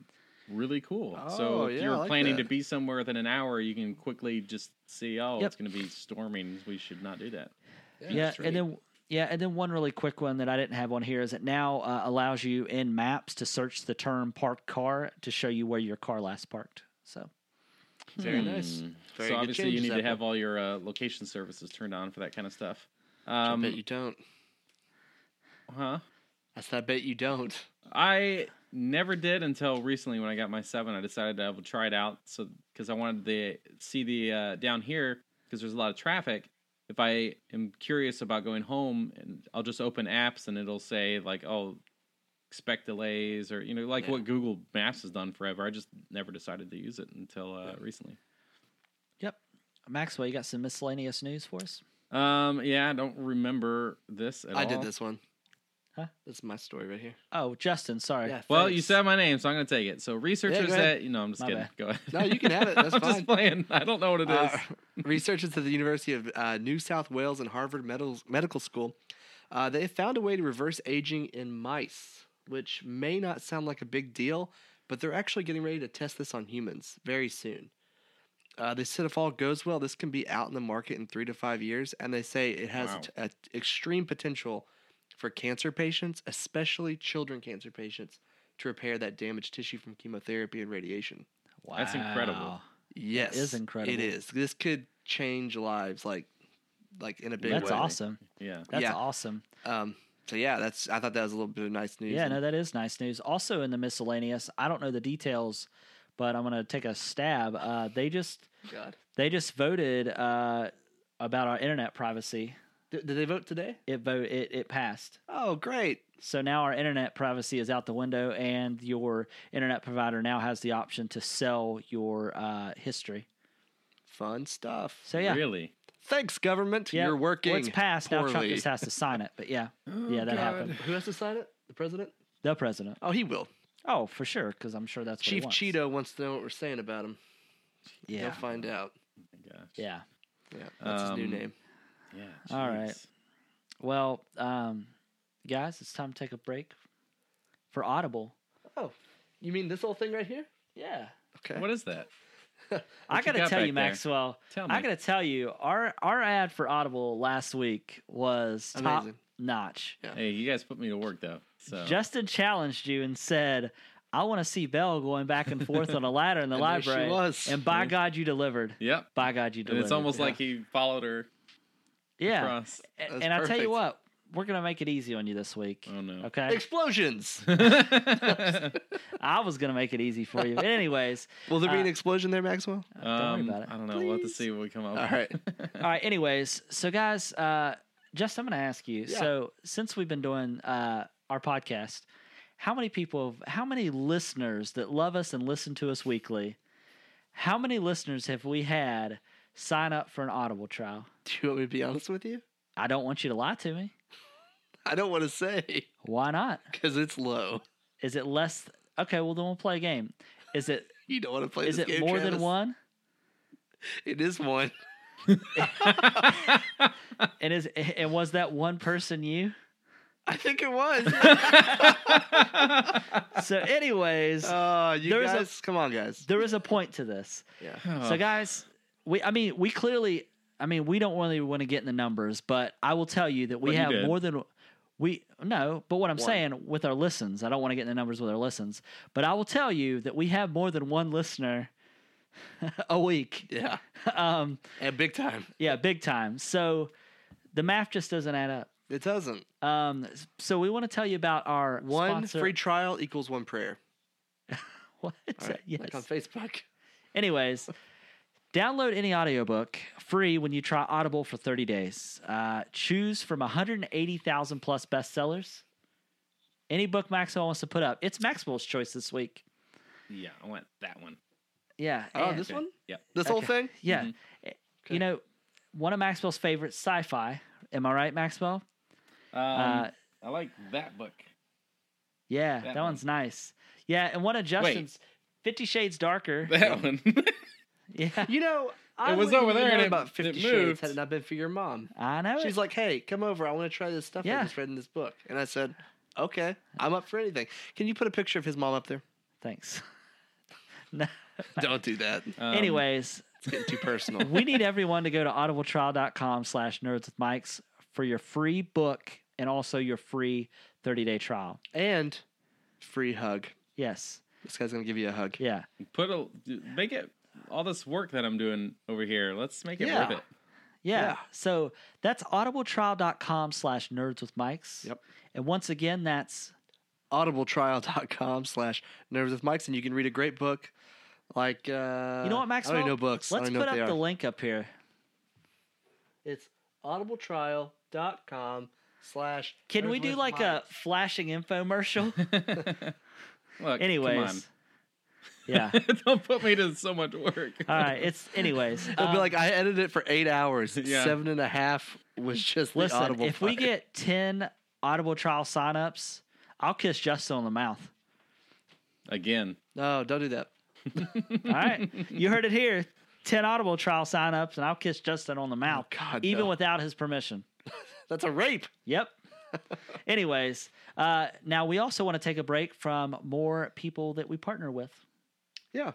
C: really cool.
B: Oh,
C: so if
B: yeah,
C: you're
B: I like
C: planning
B: that.
C: to be somewhere within an hour, you can quickly just see, oh,
A: Yep.
C: it's going to be storming. We should not do that.
B: you.
A: yeah,
B: that's
A: and
B: right.
A: then yeah, and then one really quick one that I didn't have on here is it now uh, allows you in maps to search the term "parked car" to show you where your car last parked. So
B: very nice. Very
C: Hmm. so
B: good
C: obviously, you
B: changes,
C: need to
B: Apple.
C: have all your uh, location services turned on for that kind of stuff.
B: I bet
C: Um,
B: you don't.
C: huh?
B: I said, I bet you don't.
C: I never did until recently when I got my seven. I decided I would try it out so because I wanted to see the uh, down here because there's a lot of traffic. If I am curious about going home, and I'll just open apps and it'll say like, "Oh, expect delays," or you know, like
B: Yeah.
C: what Google Maps has done forever. I just never decided to use it until uh,
B: Yeah.
C: recently.
A: yep, Maxwell, you got some miscellaneous news for us?
C: Um, yeah, I don't remember this at
B: I
C: all.
B: did this one.
A: Huh?
B: This is my story right here.
A: Oh, Justin, sorry.
B: Yeah,
C: Well,
B: thanks.
C: you said my name, so I'm going to take it. So researchers
B: ahead.
C: at you know, I'm just
A: My
C: kidding.
A: bad.
C: Go ahead.
B: No, you can
C: <laughs>
B: have it. That's
C: I'm
B: fine.
C: just playing. I don't know what it is.
A: <laughs>
B: Uh, researchers at the University of uh, New South Wales and Harvard Medals, Medical School, uh, they found a way to reverse aging in mice, which may not sound like a big deal, but they're actually getting ready to test this on humans very soon. Uh, they said if all goes well, this can be out in the market in three to five years, and they say it has
C: Wow.
B: t- a extreme potential for cancer patients, especially children cancer patients, to repair that damaged tissue from chemotherapy and radiation.
A: Wow.
C: That's incredible.
B: Yes,
A: is incredible.
B: It is. This could change lives, like, like in a big
A: That's
B: way.
A: awesome.
C: yeah.
A: That's
B: Yeah.
A: awesome.
B: Um, so yeah, that's. I thought that was a little bit of nice news.
A: Yeah,
B: and
A: no, that is nice news. Also in the miscellaneous, I don't know the details, but I'm going to take a stab. Uh, they just
B: God.
A: they just voted uh, about our internet privacy.
B: Did, did they vote today?
A: It vote it, it passed.
B: Oh, great.
A: So now our internet privacy is out the window, and your internet provider now has the option to sell your uh, history.
B: Fun stuff.
A: So yeah,
C: Really?
B: Thanks, government.
A: yeah,
B: You're
A: well,
B: working.
A: it's passed now. Trump
B: poorly.
A: just has to sign it, but yeah, yeah, that happened.
B: Who has to sign it? The president?
A: The president.
B: Oh, he will.
A: Oh, for sure, because I'm sure that's what he
B: Chief
A: wants.
B: Cheeto wants to know what we're saying about him.
A: Yeah,
B: He'll find out.
C: Oh My gosh.
A: yeah.
B: Yeah, that's his
C: Um,
B: new name.
C: Yeah.
A: All right.
C: jeez.
A: Well, um, guys, it's time to take a break for Audible.
B: Oh, you mean this little thing right here?
A: Yeah.
B: Okay.
C: What is that?
A: I
C: What you
A: gotta
C: got
A: tell
C: back
A: you,
C: there?
A: Maxwell.
C: Tell me.
A: I gotta tell you, our our ad for Audible last week was top
B: Amazing.
A: notch.
C: Hey, you guys put me to work though. So
A: Justin challenged you and said, "I want to see Belle going back and forth on a ladder
B: <laughs>
A: in the
B: And there she
A: library."
B: was.
A: And by
C: Yeah.
A: God, you delivered.
C: Yep.
A: By God, you
C: And
A: delivered.
C: it's almost
B: yeah.
C: like he followed her
A: yeah.
C: across.
A: And,
B: That's
A: and I tell you
B: perfect.
A: what, we're gonna make it easy on you this week.
C: Oh no.
A: Okay, <laughs>
B: Explosions.
C: <laughs>
A: I was gonna make it easy for
B: <laughs>
A: you. But anyways,
B: will there be
A: Uh,
B: an explosion there, Maxwell?
A: worry about it.
C: Um, I don't know. We'll have to
B: Please.
C: see what we come up
B: All right.
C: with. <laughs>
A: All right. Anyways, so guys, uh, Just, I'm going to ask you.
B: Yeah.
A: So since we've been doing uh, our podcast, how many people, how many listeners that love us and listen to us weekly, how many listeners have we had sign up for an Audible trial?
B: Do you want me to be honest with you?
A: I don't want you to lie to me.
B: I don't want to say
A: Why not?
B: because it's low. <laughs>
A: Is it less? Okay. Well, then we'll play a game. Is it
B: You don't want to play
A: is
B: this
A: it
B: game.
A: more than
B: Travis.
A: one?
B: It is one. <laughs>
A: And is and was that one person you?
B: I think
A: <laughs>
B: it was. <laughs>
A: So,
B: <laughs>
A: anyways,
B: Oh, you
A: There was a-
B: guys, come on, guys.
A: there is a point to this.
B: Yeah.
A: So, guys, we I mean, we clearly, I mean, we don't really want to get in the numbers, but I will tell you that we
C: But you
A: have
C: did.
A: more than we no. But what I'm
B: One.
A: saying with our listens, I don't want to get in the numbers with our listens, but I will tell you that we have more than one listener <laughs> a week.
B: Yeah.
A: Um,
B: And big time.
A: yeah, big time. So, the math just doesn't add up.
B: It doesn't.
A: Um, so we want to tell you about our
B: One
A: sponsor-
B: free trial equals one prayer.
A: <laughs> what?
B: All right.
A: Yes.
B: Like on Facebook.
A: Anyways, download any audiobook free when you try Audible for 30 days. Uh, choose from 180,000 plus bestsellers. Any book Maxwell wants to put up. It's Maxwell's choice this week.
C: yeah, I want that one.
A: Yeah.
B: Oh,
A: and-
B: this one?
C: Yep.
B: This whole thing?
A: <laughs> Yeah.
C: Mhm.
A: Eh, You know, one of Maxwell's favorites, sci fi. Am I right, Maxwell?
C: Um,
A: uh,
C: I like that book.
A: yeah, that,
C: that one.
A: one's nice. Yeah, and one of Justin's, Fifty Shades
C: <laughs>
A: Darker.
C: That one.
A: yeah,
B: You know, I
C: It was
B: wouldn't
C: over
B: even
C: there
B: known
C: and it-
B: about
C: it
B: Fifty Shades
C: moved.
B: had it not been for your mom.
A: I know.
B: She's
A: it.
B: like, "Hey, come over. I want to try this stuff
A: Yeah.
B: I just read in this book." And I said, "Okay, I'm up for anything." Can you put a picture of his mom up there?
A: Thanks. No.
B: Don't do that.
C: Um,
A: Anyways,
B: It's getting too
A: <laughs>
B: personal.
A: we need everyone to go to audibletrial.com slash nerds with mics for your free book and also your free 30-day trial
B: and free hug.
A: yes
B: This guy's gonna give you a hug.
A: yeah
C: put a make it all this work that I'm doing over here. Let's make it
B: Yeah.
C: worth it.
A: yeah,
B: Yeah.
A: so that's audibletrial.com slash nerds with mics
B: Yep.
A: and once again that's
B: audibletrial.com slash nerves with mics and you can read a great book like uh
A: you know what max
B: i don't even know books
A: let's
B: i don't know
A: put
B: what they
A: up
B: are
A: the link up here
B: it's audibletrial.com slash
A: can we do like a flashing
B: <laughs>
A: infomercial
C: <laughs> Look,
A: anyways yeah
C: come on. <laughs> don't put me to so much work.
A: all right it's anyways
B: it'll
A: um,
B: be like i edited it for
A: <laughs>
B: eight hours
C: Yeah.
B: seven and a half was just the
A: listen
B: audible
A: if we
B: part.
A: get 10 audible trial signups i'll kiss justin on the mouth
C: <laughs> Again,
B: no don't do that
A: All right. You heard it here. 10 Audible trial signups, and I'll kiss Justin on the mouth,
B: Oh, God,
A: even
B: no.
A: without his permission.
B: that's a rape
A: Yep.
B: <laughs>
A: Anyways, uh, now we also want to take a break from more people that we partner with.
B: yeah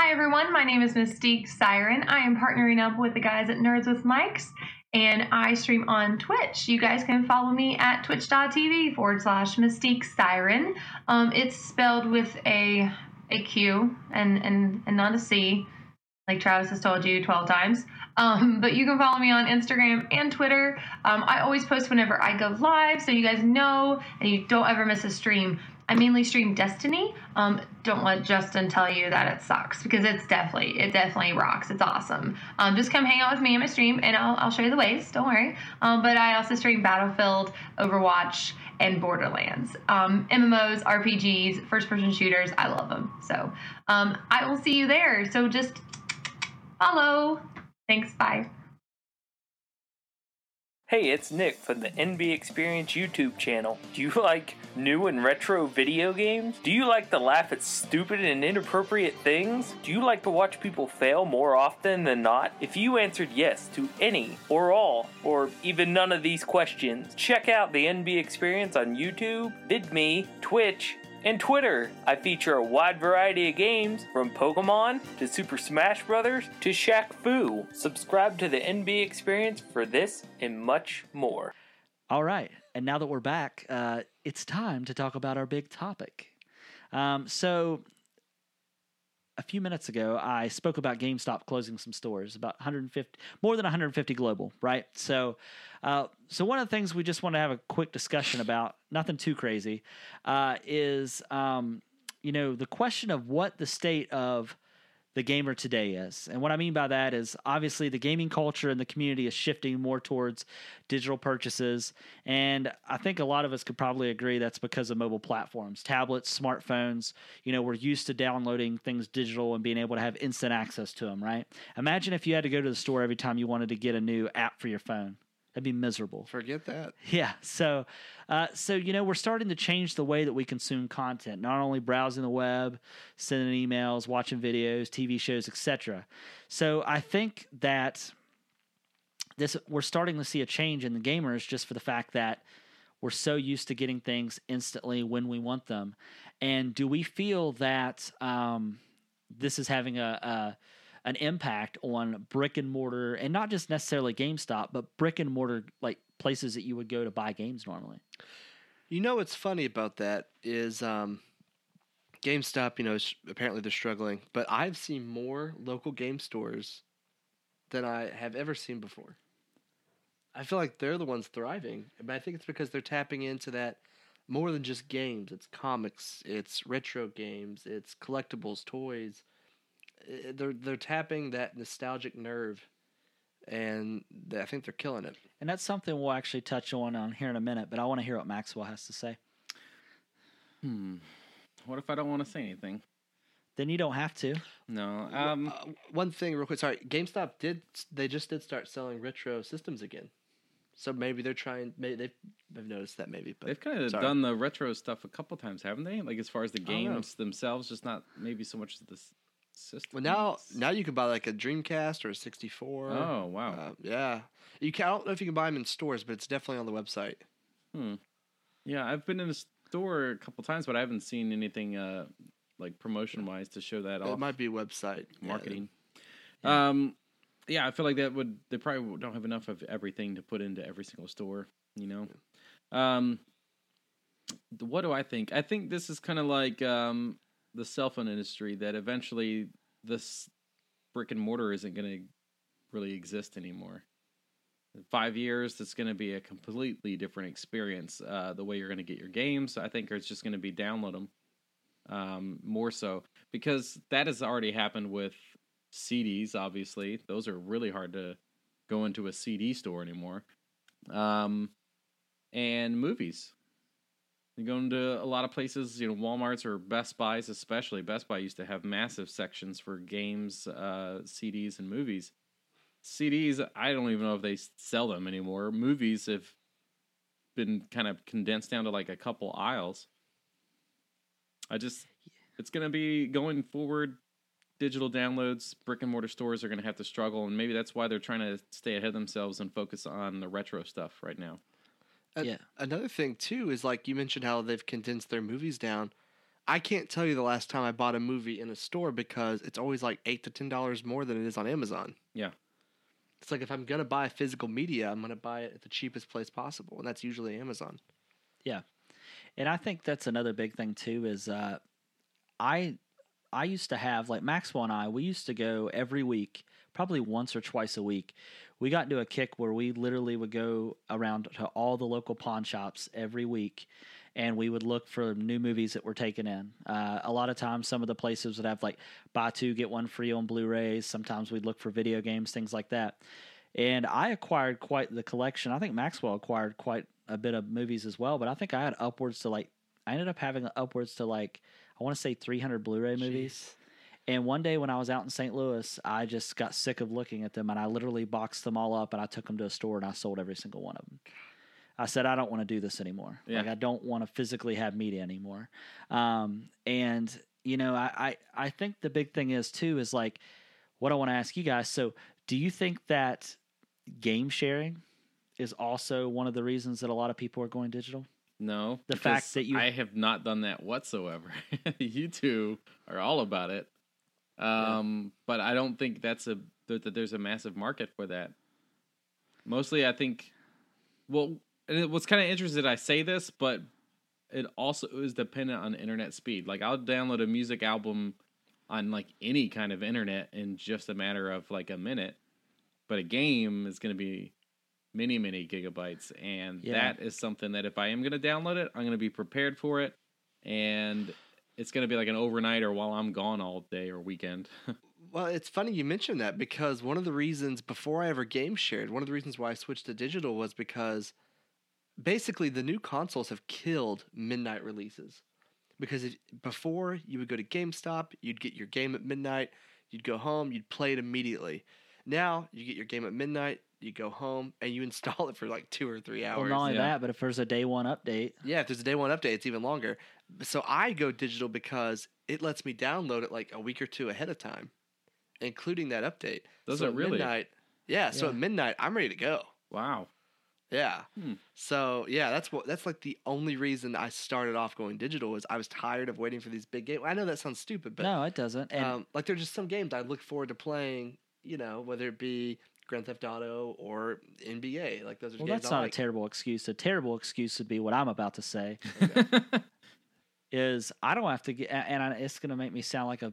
D: Hi, everyone. My name is Mystique Siren. I am partnering up with the guys at Nerds with Mics, and I stream on Twitch. You guys can follow me at twitch.tv forward slash Mystique Siren. Um, it's spelled with a, a Q and, and, and not a C, like Travis has told you 12 times. Um, but you can follow me on Instagram and Twitter. Um, I always post whenever I go live, so you guys know and you don't ever miss a stream. I mainly stream Destiny. Um, don't let Justin tell you that it sucks because it's definitely it definitely rocks. It's awesome. Um, just come hang out with me on my stream, and I'll, I'll show you the ways. Don't worry. Um, but I also stream Battlefield, Overwatch, and Borderlands. Um, MMOs, RPGs, first-person shooters. I love them. So um, I will see you there. So just follow. Thanks. Bye.
E: Hey, it's Nick from the NB Experience YouTube channel. Do you like new and retro video games? Do you like to laugh at stupid and inappropriate things? Do you like to watch people fail more often than not? If you answered yes to any or all or even none of these questions, check out the NB Experience on YouTube, VidMe, Twitch, and Twitter. I feature a wide variety of games from Pokemon to Super Smash Bros. to Shaq Fu. Subscribe to the NB Experience for this and much more.
A: All right. And now that we're back, uh, it's time to talk about our big topic. Um, so, a few minutes ago, I spoke about GameStop closing some stores, about 150, more than 150 global, right? So, uh, so one of the things we just want to have a quick discussion about, nothing too crazy, uh, is um, you know the question of what the state of the gamer today is. And what I mean by that is obviously the gaming culture and the community is shifting more towards digital purchases. And I think a lot of us could probably agree that's because of mobile platforms, tablets, smartphones. You know, we're used to downloading things digital and being able to have instant access to them, right? Imagine if you had to go to the store every time you wanted to get a new app for your phone. That'd be miserable.
B: forget that
A: Yeah. So, uh, so you know, we're starting to change the way that we consume content. Not only browsing the web, sending emails, watching videos, TV shows, etc. So, I think that this we're starting to see a change in the gamers just for the fact that We're so used to getting things instantly when we want them. And do we feel that um, this is having a, a an impact on brick and mortar, and not just necessarily GameStop, but brick and mortar like places that you would go to buy games normally?
B: You know what's funny about that is um, GameStop. You know, is- apparently they're struggling, but I've seen more local game stores than I have ever seen before. I feel like they're the ones thriving, but I think it's because they're tapping into that more than just games. It's comics, it's retro games, it's collectibles, toys. Eh, They're they're tapping that nostalgic nerve, and th- I think they're killing it.
A: And that's something we'll actually touch on on here in a minute. But I want to hear what Maxwell has to say.
C: Hmm. What if I don't want to say anything?
A: Then you don't have to.
C: No.
B: Well,
C: Um.
B: uh, one thing, real quick. Sorry, GameStop did. They just did start selling retro systems again, so maybe they're trying. Maybe they've, they've noticed that. Maybe, but
C: They've kind of
B: sorry.
C: done the retro stuff a couple times, haven't they? Like as far as the
B: don't know.
C: games themselves, just not maybe so much the s- system.
B: well now now you can buy like a Dreamcast or a sixty four.
C: Oh wow.
B: Uh, yeah, you can. I don't know if you can buy them in stores, but it's definitely on the website.
C: yeah, I've been in a store a couple times, but I haven't seen anything uh like promotion wise to show that
B: It
C: off.
B: might be website yeah.
C: marketing. Um, yeah, I feel like that would they probably don't have enough of everything to put into every single store, you know. Um, th- what do I think? I think this is kind of like um the cell phone industry that eventually this brick and mortar isn't going to really exist anymore. In five years, it's going to be a completely different experience. Uh, the way you're going to get your games, I think, is just going to be download them um, more so because that has already happened with CDs. Obviously, those are really hard to go into a CD store anymore. Um, and movies. You go into a lot of places, you know, WalMarts or Best Buys, especially. Best Buy used to have massive sections for games, uh, CDs, and movies. CDs, I don't even know if they s- sell them anymore. Movies have been kind of condensed down to like a couple aisles. I just, it's going to be going forward. Digital downloads, brick and mortar stores are going to have to struggle, and maybe that's why they're trying to stay ahead of themselves and focus on the retro stuff right now.
B: A-
A: Yeah.
B: Another thing too is like you mentioned how they've condensed their movies down. I can't tell you the last time I bought a movie in a store because it's always like eight to ten dollars more than it is on Amazon.
C: Yeah.
B: It's like if I'm gonna buy physical media, I'm gonna buy it at the cheapest place possible, and that's usually Amazon.
A: And I think that's another big thing too is uh, I I used to have like Maxwell and I we used to go every week, probably once or twice a week. We got into a kick where we literally would go around to all the local pawn shops every week, and we would look for new movies that were taken in. Uh, a lot of times, some of the places would have like buy two get one free on Blu-rays. Sometimes we'd look for video games, things like that. And I acquired quite the collection. I think Maxwell acquired quite a bit of movies as well, but I think I had upwards to like I ended up having upwards to like I want to say 300 Blu-ray movies. And one day when I was out in St. Louis, I just got sick of looking at them and I literally boxed them all up and I took them to a store and I sold every single one of them. I said I don't want to do this anymore.
C: Yeah.
A: Like I don't want to physically have media anymore. Um, and you know, I, I I think the big thing is too is like what I want to ask you guys. So, do you think that game sharing is also one of the reasons that a lot of people are going digital?
C: No,
A: The fact
C: because
A: that you-
C: I have not done that whatsoever. <laughs> you two are all about it, um, but I don't think that's a that that there's a massive market for that. Mostly, I think. Well, and it, what's kind of interesting, I say this, but it also is dependent on internet speed. Like I'll download a music album on like any kind of internet in just a matter of like a minute, but a game is going to be many many gigabytes and
A: Yeah.
C: that is something that if i am going to download it i'm going to be prepared for it and it's going to be like an overnight or while i'm gone all day or weekend <laughs>
B: Well, it's funny you mentioned that because one of the reasons before I ever game shared, one of the reasons why I switched to digital was because basically the new consoles have killed midnight releases. Because if, before you would go to GameStop, you'd get your game at midnight, you'd go home, you'd play it immediately. Now you get your game at midnight, you go home, and you <laughs> install it for like two or three hours.
A: well, not only
C: yeah.
A: that, but if there's a day one update,
B: Yeah, if there's a day one update, it's even longer. So I go digital because it lets me download it like a week or two ahead of time, including that update.
C: Does
B: so
C: it
B: at
C: really?
B: Midnight, yeah, So
A: Yeah.
B: at midnight, I'm ready to go.
C: wow
B: Yeah.
C: Hmm.
B: So yeah, that's what that's like the only reason I started off going digital is I was tired of waiting for these big games. I know that sounds stupid, but
A: no, it doesn't. And
B: um, like there are just some games I look forward to playing. You know, whether it be Grand Theft Auto or NBA, like those are
A: well,
B: games
A: that's
B: I
A: not a
B: like.
A: terrible excuse. A terrible excuse would be what I'm about to say is I don't have to get, and I, it's going to make me sound like a,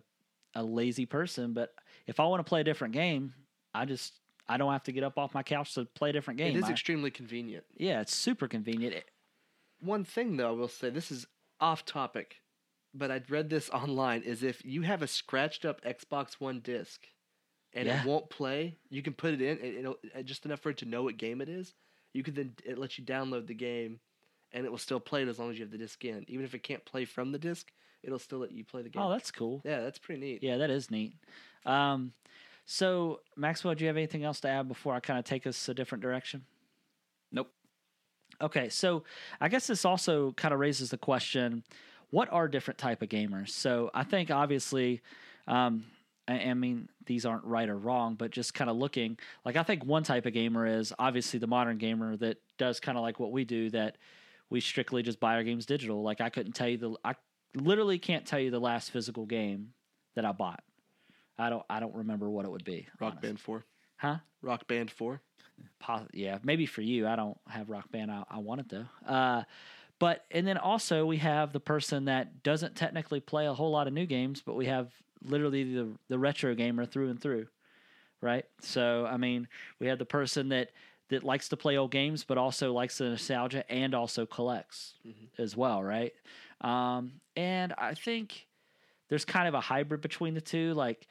A: a lazy person. But if I want to play a different game, I just I don't have to get up off my couch to play a different game.
B: It is
A: I-
B: extremely convenient.
A: yeah, it's super convenient. It-
B: One thing though, I will say this is off topic, but I read this online is if you have a scratched up Xbox One disc and
A: Yeah.
B: it won't play, you can put it in and it'll and just enough for it to know what game it is. You can then it lets you download the game and it will still play it as long as you have the disc in. Even if it can't play from the disc, it'll still let you play the game.
A: oh, that's cool.
B: yeah, that's pretty neat.
A: Yeah, that is neat. Um, so Maxwell, do you have anything else to add before I kind of take us a different direction?
C: Nope.
A: Okay, so I guess this also kind of raises the question: What are different type of gamers? So I think obviously, um, I, I mean these aren't right or wrong, but just kind of looking like I think one type of gamer is obviously the modern gamer that does kind of like what we do that we strictly just buy our games digital. Like I couldn't tell you the I literally can't tell you the last physical game that I bought. I don't I don't remember what it would be.
B: Rock
A: honestly.
B: Band 4.
A: huh?
B: Rock Band 4.
A: Pos- yeah, maybe for you. I don't have Rock Band. I, I want it though. Uh, but and then also we have the person that doesn't technically play a whole lot of new games, but we have literally the the retro gamer through and through, right? So I mean, we have the person that that likes to play old games, but also likes the nostalgia and also collects
B: Mhm.
A: as well, right? Um, and I think there's kind of a hybrid between the two. Like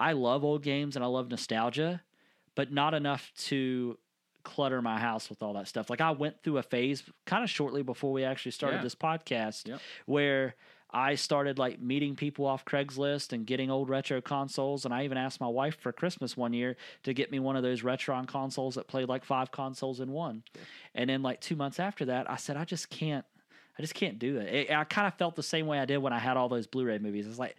A: I love old games and I love nostalgia, but not enough to clutter my house with all that stuff. Like I went through a phase kind of shortly before we actually started
C: Yeah.
A: this podcast
C: Yep.
A: where I started like meeting people off Craigslist and getting old retro consoles and I even asked my wife for Christmas one year to get me one of those Retron consoles that played like five consoles in one. And then like 2 months after that, I said I just can't I just can't do it. it I kind of felt the same way I did when I had all those Blu-ray movies. It's like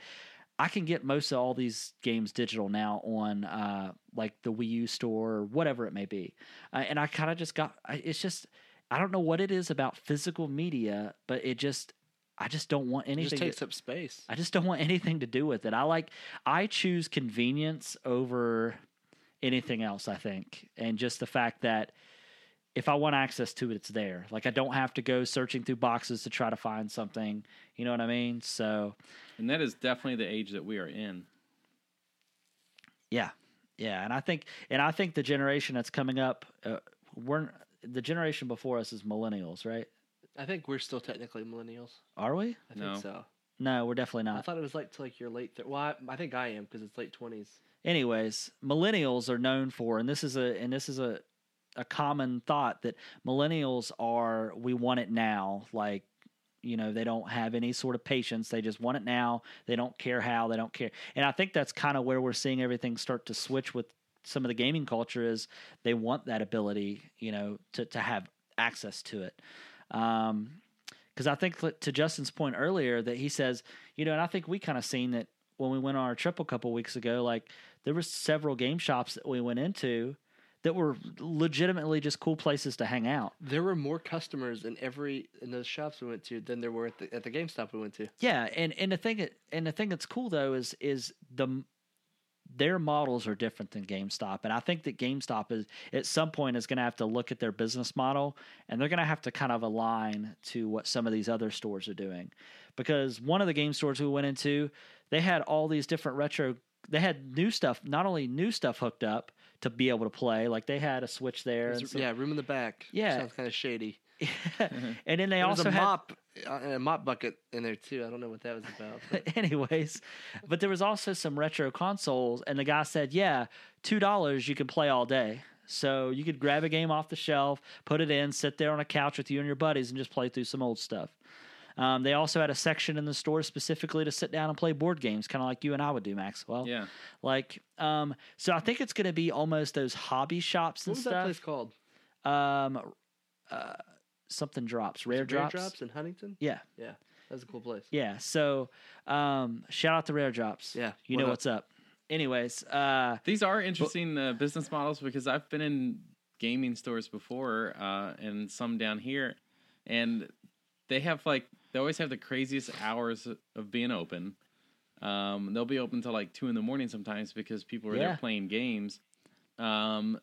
A: I can get most of all these games digital now on uh, like the Wii U store or whatever it may be, uh, and I kind of just got. I- It's just I don't know what it is about physical media, but it just I just don't want
B: It
A: anything.
B: just
A: to-
B: takes up space.
A: I just don't want anything to do with it. I like I choose convenience over anything else, I think. And just the fact that if I want access to it, it's there. Like I don't have to go searching through boxes to try to find something. You know what I mean? So
C: And that is definitely the age that we are in.
A: Yeah, yeah, and I think and I think the generation that's coming up, uh, we're the generation before us is millennials, right?
B: I think we're still technically millennials.
A: Are we?
B: I
C: No.
B: think so.
A: No, we're definitely
B: I
A: not.
B: thought it was like to like your late. Th- well, I, I think I am because it's late twenties.
A: Anyways, millennials are known for, and this is a and this is a a common thought that millennials are we want it now, like. You know, they don't have any sort of patience. They just want it now. They don't care how. They don't care. And I think that's kind of where we're seeing everything start to switch with some of the gaming culture is they want that ability, you know, to, to have access to it. Um, because I think li- to Justin's point earlier that he says, you know, and I think we kind of seen that when we went on our trip a couple weeks ago, like there were several game shops that we went into that were legitimately just cool places to hang out.
B: There were more customers in every in those shops we went to than there were at the at the GameStop we went to.
A: Yeah, and and the thing that- and the thing that's cool though is is the their models are different than GameStop, and I think that GameStop is at some point is going to have to look at their business model, and they're going to have to kind of align to what some of these other stores are doing, because one of the game stores we went into, they had all these different retro, they had new stuff, not only new stuff hooked up to be able to play, like they had a Switch there, and
B: There's-
A: some,
B: yeah, room in the back.
A: Yeah.
B: sounds kind of shady.
A: and then they
B: There Mm-hmm. was
A: also
B: a
A: had
B: mop uh, and a mop bucket in there too. I don't know what that was about.
A: <laughs>
B: but-
A: anyways but there was also some retro consoles and the guy said yeah two dollars you can play all day so you could grab a game off the shelf put it in sit there on a couch with you and your buddies and just play through some old stuff um, they also had a section in the store specifically to sit down and play board games kind of like you and i would do maxwell
C: Yeah.
A: like um, so i think it's going to be almost those hobby shops
B: what
A: and
B: was that
A: stuff
B: place called?
A: um, uh, something drops rare,
B: Rare
A: drops.
B: drops in Huntington.
A: yeah
B: Yeah, that was a cool place.
A: yeah. So um, shout out to Rare Drops.
B: Yeah,
A: You
B: what
A: know
B: up?
A: what's up. Anyways, uh,
C: These are interesting uh, business models because I've been in gaming stores before, uh, and some down here, and they have like they always have the craziest hours of being open. Um, they'll be open till like two in the morning sometimes because people are
A: Yeah.
C: there playing games. Um,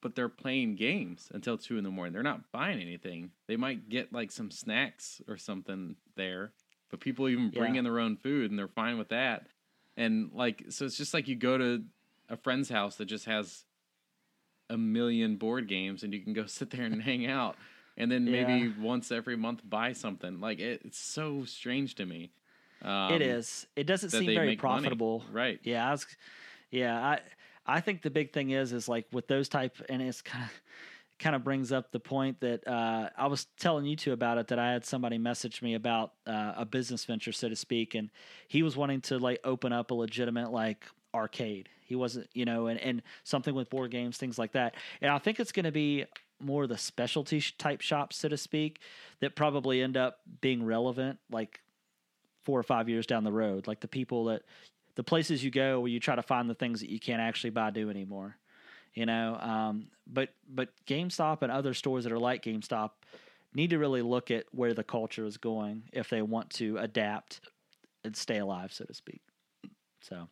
C: but they're playing games until two in the morning. They're not buying anything. They might get like some snacks or something there, but people even bring
A: Yeah.
C: in their own food and they're fine with that. And like, so it's just like you go to a friend's house that just has a million board games and you can go <laughs> sit there and hang out and then maybe once every month buy something. Like, it, it's so strange to me. Um,
A: it is. It doesn't
C: that
A: seem
C: they
A: very
C: make money.
A: profitable.
C: Right.
A: Yeah, I was, yeah, I I think the big thing is is like with those type, and it's kind of kind of brings up the point that uh, I was telling you two about it that I had somebody message me about uh, a business venture, so to speak, and he was wanting to like open up a legitimate like arcade. He wasn't, you know, and and something with board games, things like that. And I think it's going to be more the specialty sh- type shops, so to speak, that probably end up being relevant like four or five years down the road. Like the people that the places you go where you try to find the things that you can't actually buy do anymore. You know, um, but but GameStop and other stores that are like GameStop need to really look at where the culture is going if they want to adapt and stay alive, so to speak. So,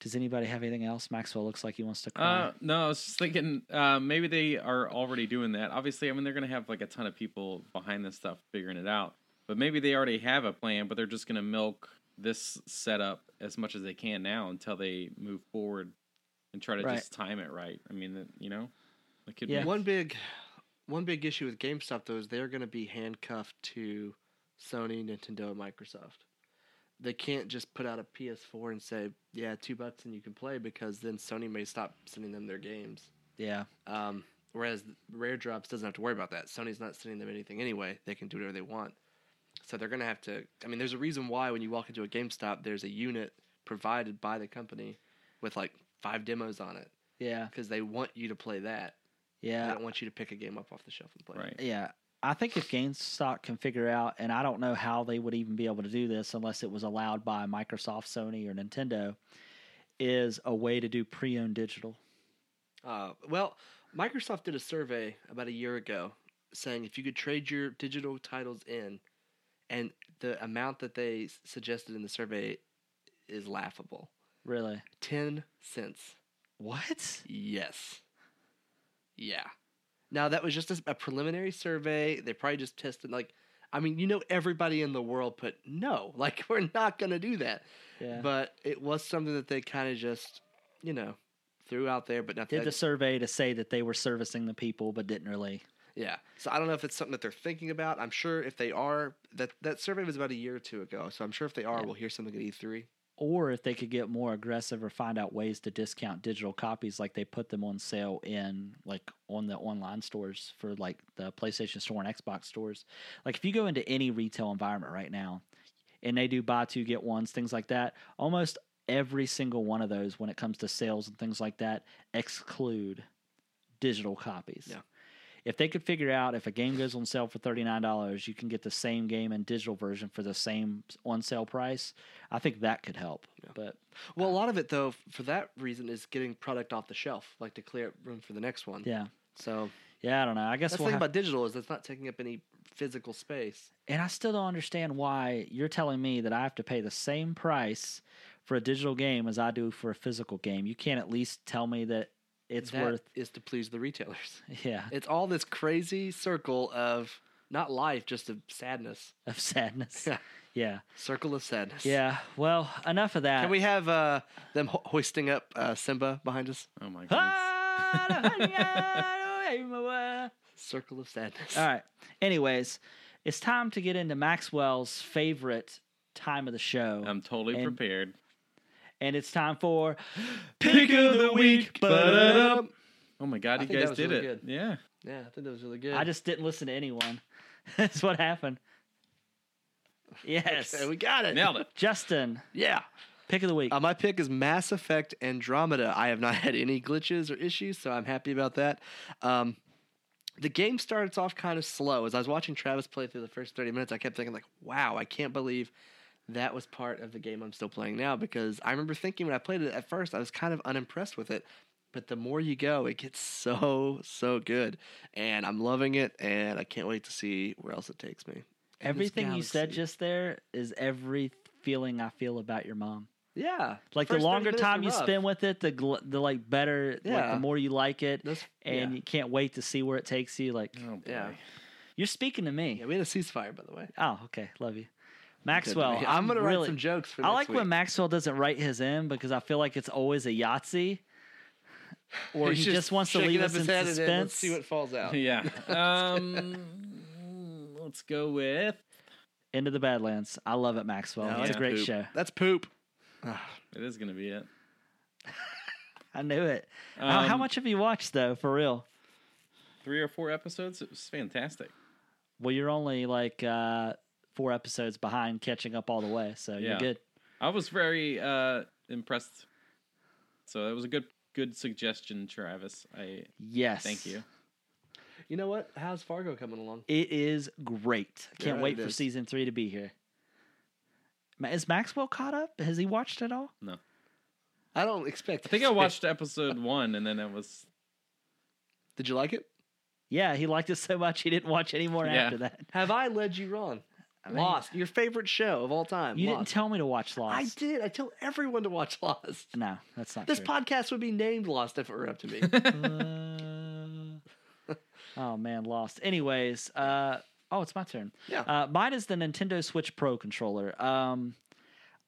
A: does anybody have anything else? Maxwell looks like he wants to. Cry.
C: Uh, no, I was just thinking uh, maybe they are already doing that. Obviously, I mean they're going to have like a ton of people behind this stuff figuring it out, but maybe they already have a plan, but they're just going to milk this setup as much as they can now until they move forward and try to
A: Right.
C: just time it right. I mean, that- you know, it could
A: Yeah.
C: be.
B: One big, one big issue with GameStop though is they're going to be handcuffed to Sony, Nintendo, and Microsoft. They can't just put out a PS4 and say, "Yeah, two bucks and you can play," because then Sony may stop sending them their games.
A: yeah,
B: Um, whereas Rare Drops doesn't have to worry about that. Sony's not sending them anything anyway. They can do whatever they want. So they're going to have to. I mean, there's a reason why when you walk into a GameStop, there's a unit provided by the company with like five demos on it
A: yeah,
B: because they want you to play that. They
A: yeah.
B: don't want you to pick a game up off the shelf and play. it.
C: Right.
A: Yeah. I think if GameStop can figure out, and I don't know how they would even be able to do this unless it was allowed by Microsoft, Sony, or Nintendo, is a way to do pre owned digital.
B: Uh, well, Microsoft did a survey about a year ago saying if you could trade your digital titles in, and the amount that they s- suggested in the survey is laughable.
A: Really?
B: Ten cents.
A: What?
B: Yes. Yeah. Now that was just a, a preliminary survey. They probably just tested like I mean, you know everybody in the world put no. <laughs> Like we're not going to do that.
A: Yeah.
B: But it was something that they kind of just, you know, threw out there but not
A: Did
B: that-
A: the survey to say that they were servicing the people, but didn't really.
B: Yeah. So I don't know if it's something that they're thinking about. I'm sure if they are that that survey was about a year or two ago. So I'm sure if they are,
A: Yeah.
B: we'll hear something at E E3.
A: Or if they could get more aggressive or find out ways to discount digital copies, like they put them on sale in, like, on the online stores for, like, the PlayStation Store and Xbox stores. Like, if you go into any retail environment right now, and they do buy two get ones things like that almost every single one of those when it comes to sales and things like that exclude digital copies
B: Yeah.
A: if they could figure out if a game goes on sale for $39 you can get the same game in digital version for the same on sale price i think that could help but
B: Well, a lot of it though f- for that reason is getting product off the shelf, like to clear up room for the next one.
A: yeah
B: So
A: yeah i don't know i guess
B: That's
A: we'll
B: the thing
A: have-
B: about digital is it's not taking up any physical space.
A: And I still don't understand why you're telling me that I have to pay the same price for a digital game as I do for a physical game. You can't at least tell me that it's
B: That
A: worth <laughs>
B: is to please the retailers. <laughs>
A: yeah
B: It's all this crazy circle of not life, just of sadness.
A: of sadness.
B: Yeah.
A: yeah.
B: Circle of sadness.
A: Yeah. Well, enough of that. <laughs>
B: Can we have uh, them ho- hoisting up uh, Simba behind us?
C: Oh my
B: Ah!
C: goodness.
A: All
B: Circle of sadness.
A: right. Anyways, it's time to get into Maxwell's favorite time of the show.
B: Um,
C: I'm totally
A: And-
C: prepared.
A: and it's time for Pick of the Week. Ba-da-da.
B: Ba-da-da.
C: Oh my god,
B: I
C: you
B: think that
C: guys
B: was
C: did
B: really
C: it.
B: good.
C: Yeah.
B: Yeah, I think that was really good.
A: I just didn't listen to anyone. <laughs> That's what happened. Yes.
B: Okay, we got it. <laughs>
C: Nailed it.
A: Justin,
B: Yeah.
A: pick of the week.
B: Uh, my pick is Mass Effect Andromeda. I have not <laughs> had any glitches or issues, so I'm happy about that. Um, the game starts off kind of slow. As I was watching Travis play through the first 30 minutes, I kept thinking, like, wow, I can't believe that was part of the game I'm still playing now because I remember thinking when I played it at first, I was kind of unimpressed with it. but the more you go, it gets <laughs> so so good, and I'm loving it, and I can't wait to see where else it takes me. And this
A: Everything you said
B: galaxy.
A: just there is every feeling I feel about your mom.
B: yeah,
A: Like the
B: First 30
A: longer
B: minutes
A: time
B: are
A: you
B: rough.
A: spend with it, the gl- the like better, like
B: Yeah.
A: the more you like it,
B: That's-
A: and
B: yeah.
A: you can't wait to see where it takes you. Like
C: Oh, boy.
B: yeah,
A: you're speaking to me.
B: yeah, we had a ceasefire by the way.
A: Oh, okay, love you, Maxwell.
B: <laughs> I'm, gonna
A: really,
B: write some jokes for.
A: I
B: next
A: like
B: week.
A: when Maxwell doesn't write his end because I feel like it's always a Yahtzee, or
B: <laughs> He's
A: he just, wants to
B: shaking
A: leave
B: up
A: us in
B: his head and then Let's
A: suspense.
B: see what falls <laughs> out.
C: <laughs> Yeah. Um, let's go with.
A: Into the Badlands. I love it, Maxwell.
B: No,
A: it's a
C: yeah.
A: great
B: Oh, Poop.
A: show.
B: That's poop.
C: It is going to be it.
A: I knew it. How- how
C: Um,
A: much have you watched though, for real?
C: Three or four episodes. It was fantastic.
A: Well, you're only like uh, four episodes behind, catching up all the way, so you're
C: Yeah.
A: good.
C: I was very uh, impressed. So that was a good good suggestion, Travis. I
A: Yes,
C: thank you.
B: You know what? How's Fargo coming along?
A: It is great. I can't
B: Yeah,
A: wait
B: it
A: for
B: is.
A: season three to be here. Ma- Is Maxwell caught up? Has he watched it all?
B: I don't expect.
C: I think I watched episode one, and then it was
B: Did you like it?
A: Yeah, he liked it so much he didn't watch any more
C: Yeah.
A: after that.
B: Have I led you wrong?
A: mean-
B: Lost, your favorite show of all time.
A: You didn't
B: Lost.
A: tell me to watch Lost.
B: I did. I tell everyone to watch Lost.
A: No, that's not
B: This
A: true.
B: podcast would be named Lost if it were up <laughs> to me.
A: Uh, <laughs> oh man, Lost. Anyways, uh, oh, it's my turn.
B: Yeah.
A: Uh, mine is the Nintendo Switch Pro controller. Um,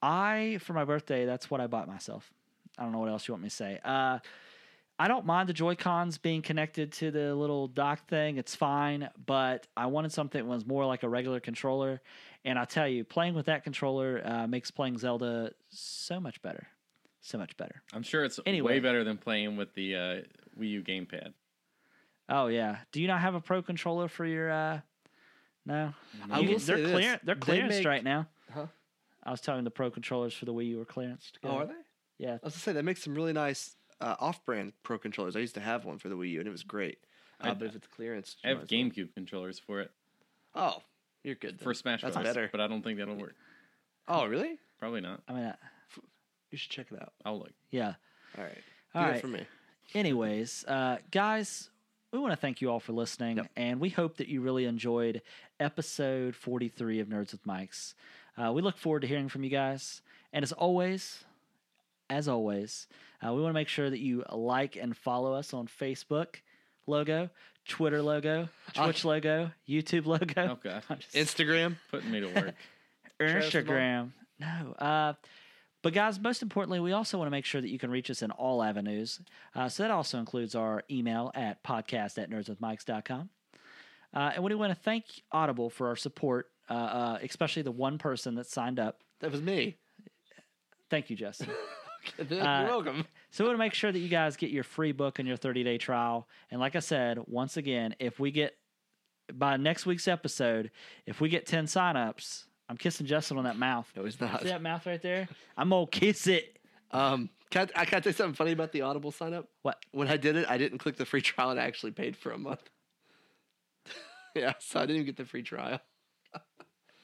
A: I for my birthday, that's what I bought myself. I don't know what else you want me to say. Uh, I don't mind the Joy Cons being connected to the little dock thing. It's fine, but I wanted something that was more like a regular controller. And I tell you, playing with that controller uh, makes playing Zelda so much better. So much better.
C: I'm sure it's
A: Anyway.
C: way better than playing with the uh, Wii U gamepad.
A: Oh yeah. Do you not have a pro controller for your? uh No.
B: I
A: You
B: will
A: can-
B: say
A: they're
B: this.
A: clear. They're
B: They
A: clearance
B: make-
A: right now.
B: Huh?
A: I was telling the pro controllers for the Wii U were clearance.
B: Oh, are they? I
A: Yeah.
B: was gonna say they make some really nice uh, off-brand Pro controllers. I used to have one for the Wii U, and it was great. Uh,
C: I-
B: but if it's clearance, you
C: I have
B: might as
C: GameCube controllers for it
B: well. Oh, you're good. Then.
C: for Smash
B: That's
C: Bros.
B: better.
C: But I don't think that'll work.
B: Oh, really?
C: Probably not.
A: I mean, uh,
B: You should check it out.
C: I'll look.
A: yeah.
B: All right.
A: All
B: Do that
A: right.
B: for me.
A: Anyways, uh, guys, we want to thank you all for listening,
B: Yep.
A: and we hope that you really enjoyed episode 43 of Nerds with Mics. Uh, we look forward to hearing from you guys, and as always, as always, uh, we want to make sure that you like and follow us on Facebook logo, Twitter logo,
B: Oh.
A: Twitch logo, YouTube
C: Oh
A: logo,
C: god,
A: I'm just-
B: Instagram.
C: putting me to work.
B: Travis the Ball?
A: Instagram. No. Uh, but guys, most importantly, we also want to make sure that you can reach us in all avenues. Uh, so that also includes our email at podcast at nerdswithmikes.com. Uh, and we want to thank Audible for our support, uh, uh, especially the one person that signed up.
B: That was me.
A: Thank you, Justin.
B: You're
A: Uh,
B: welcome.
A: So we want to make sure that you guys get your free book and your 30 day trial. And like I said, once again, if we get by next week's episode, if we get 10 signups, I'm kissing Justin on that mouth.
B: No, he's not.
A: See that mouth right there? <laughs> I'm gonna kiss it.
B: Um, can I, I can I say something funny about the Audible sign up?
A: What?
B: When I did it, I didn't click the free trial and I actually paid for a month. <laughs> yeah, so I didn't even get the free trial.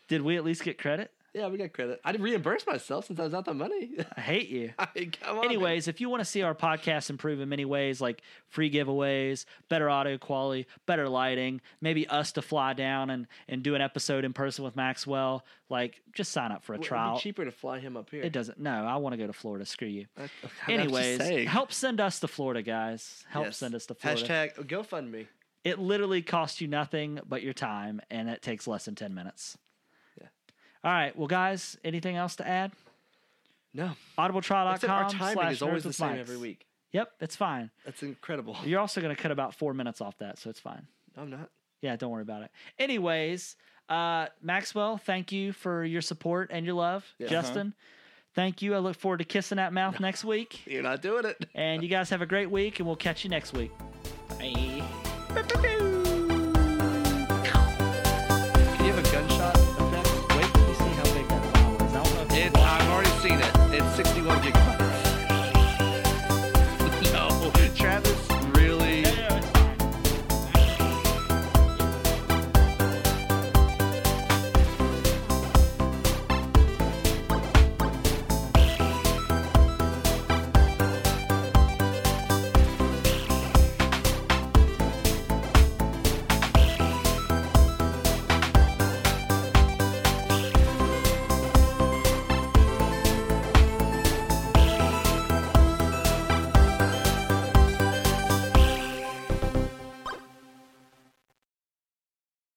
A: Did we at least get credit?
B: Yeah, we got credit. I didn't reimburse myself since I was out the money. <laughs>
A: I hate you.
B: I mean, come on, man.
A: Anyways, if you want to see our podcast improve in many ways, like free giveaways, better audio quality, better lighting, maybe us to fly down and, and do an episode in person with Maxwell, like just sign up for a
B: Well,
A: trial.
B: It'd be cheaper to fly him up here.
A: It doesn't. No, I want to go to Florida. Screw you.
B: That- I'm just
A: Anyways,
B: saying.
A: help send us to Florida, guys. Help
B: Yes.
A: send us to Florida.
B: Hashtag GoFundMe.
A: It literally costs you nothing but your time, and it takes less than 10 minutes.
B: Yeah.
A: All right. Well, guys, anything else to add?
B: No, except our
A: audibletrial.com
B: timing
A: slash
B: is always
A: nerds
B: the
A: with
B: same
A: mics.
B: every week.
A: Yep, it's fine.
B: That's incredible.
A: You're also going to cut about four minutes off that, so it's fine.
B: No, I'm not.
A: Yeah, don't worry about it. Anyways, uh, Maxwell, thank you for your support and your love.
B: Yeah. Uh-huh.
A: Justin, thank you. I look forward to kissing that mouth
B: <laughs>
A: next week.
B: You're not doing it. <laughs>
A: And you guys have a great week, and we'll catch you next week.
C: Bye.
B: Can you have a gunshot effect? Wait till you see how big
A: I
B: that
A: don't know if-
B: It, I've already seen it. It's 61 <laughs>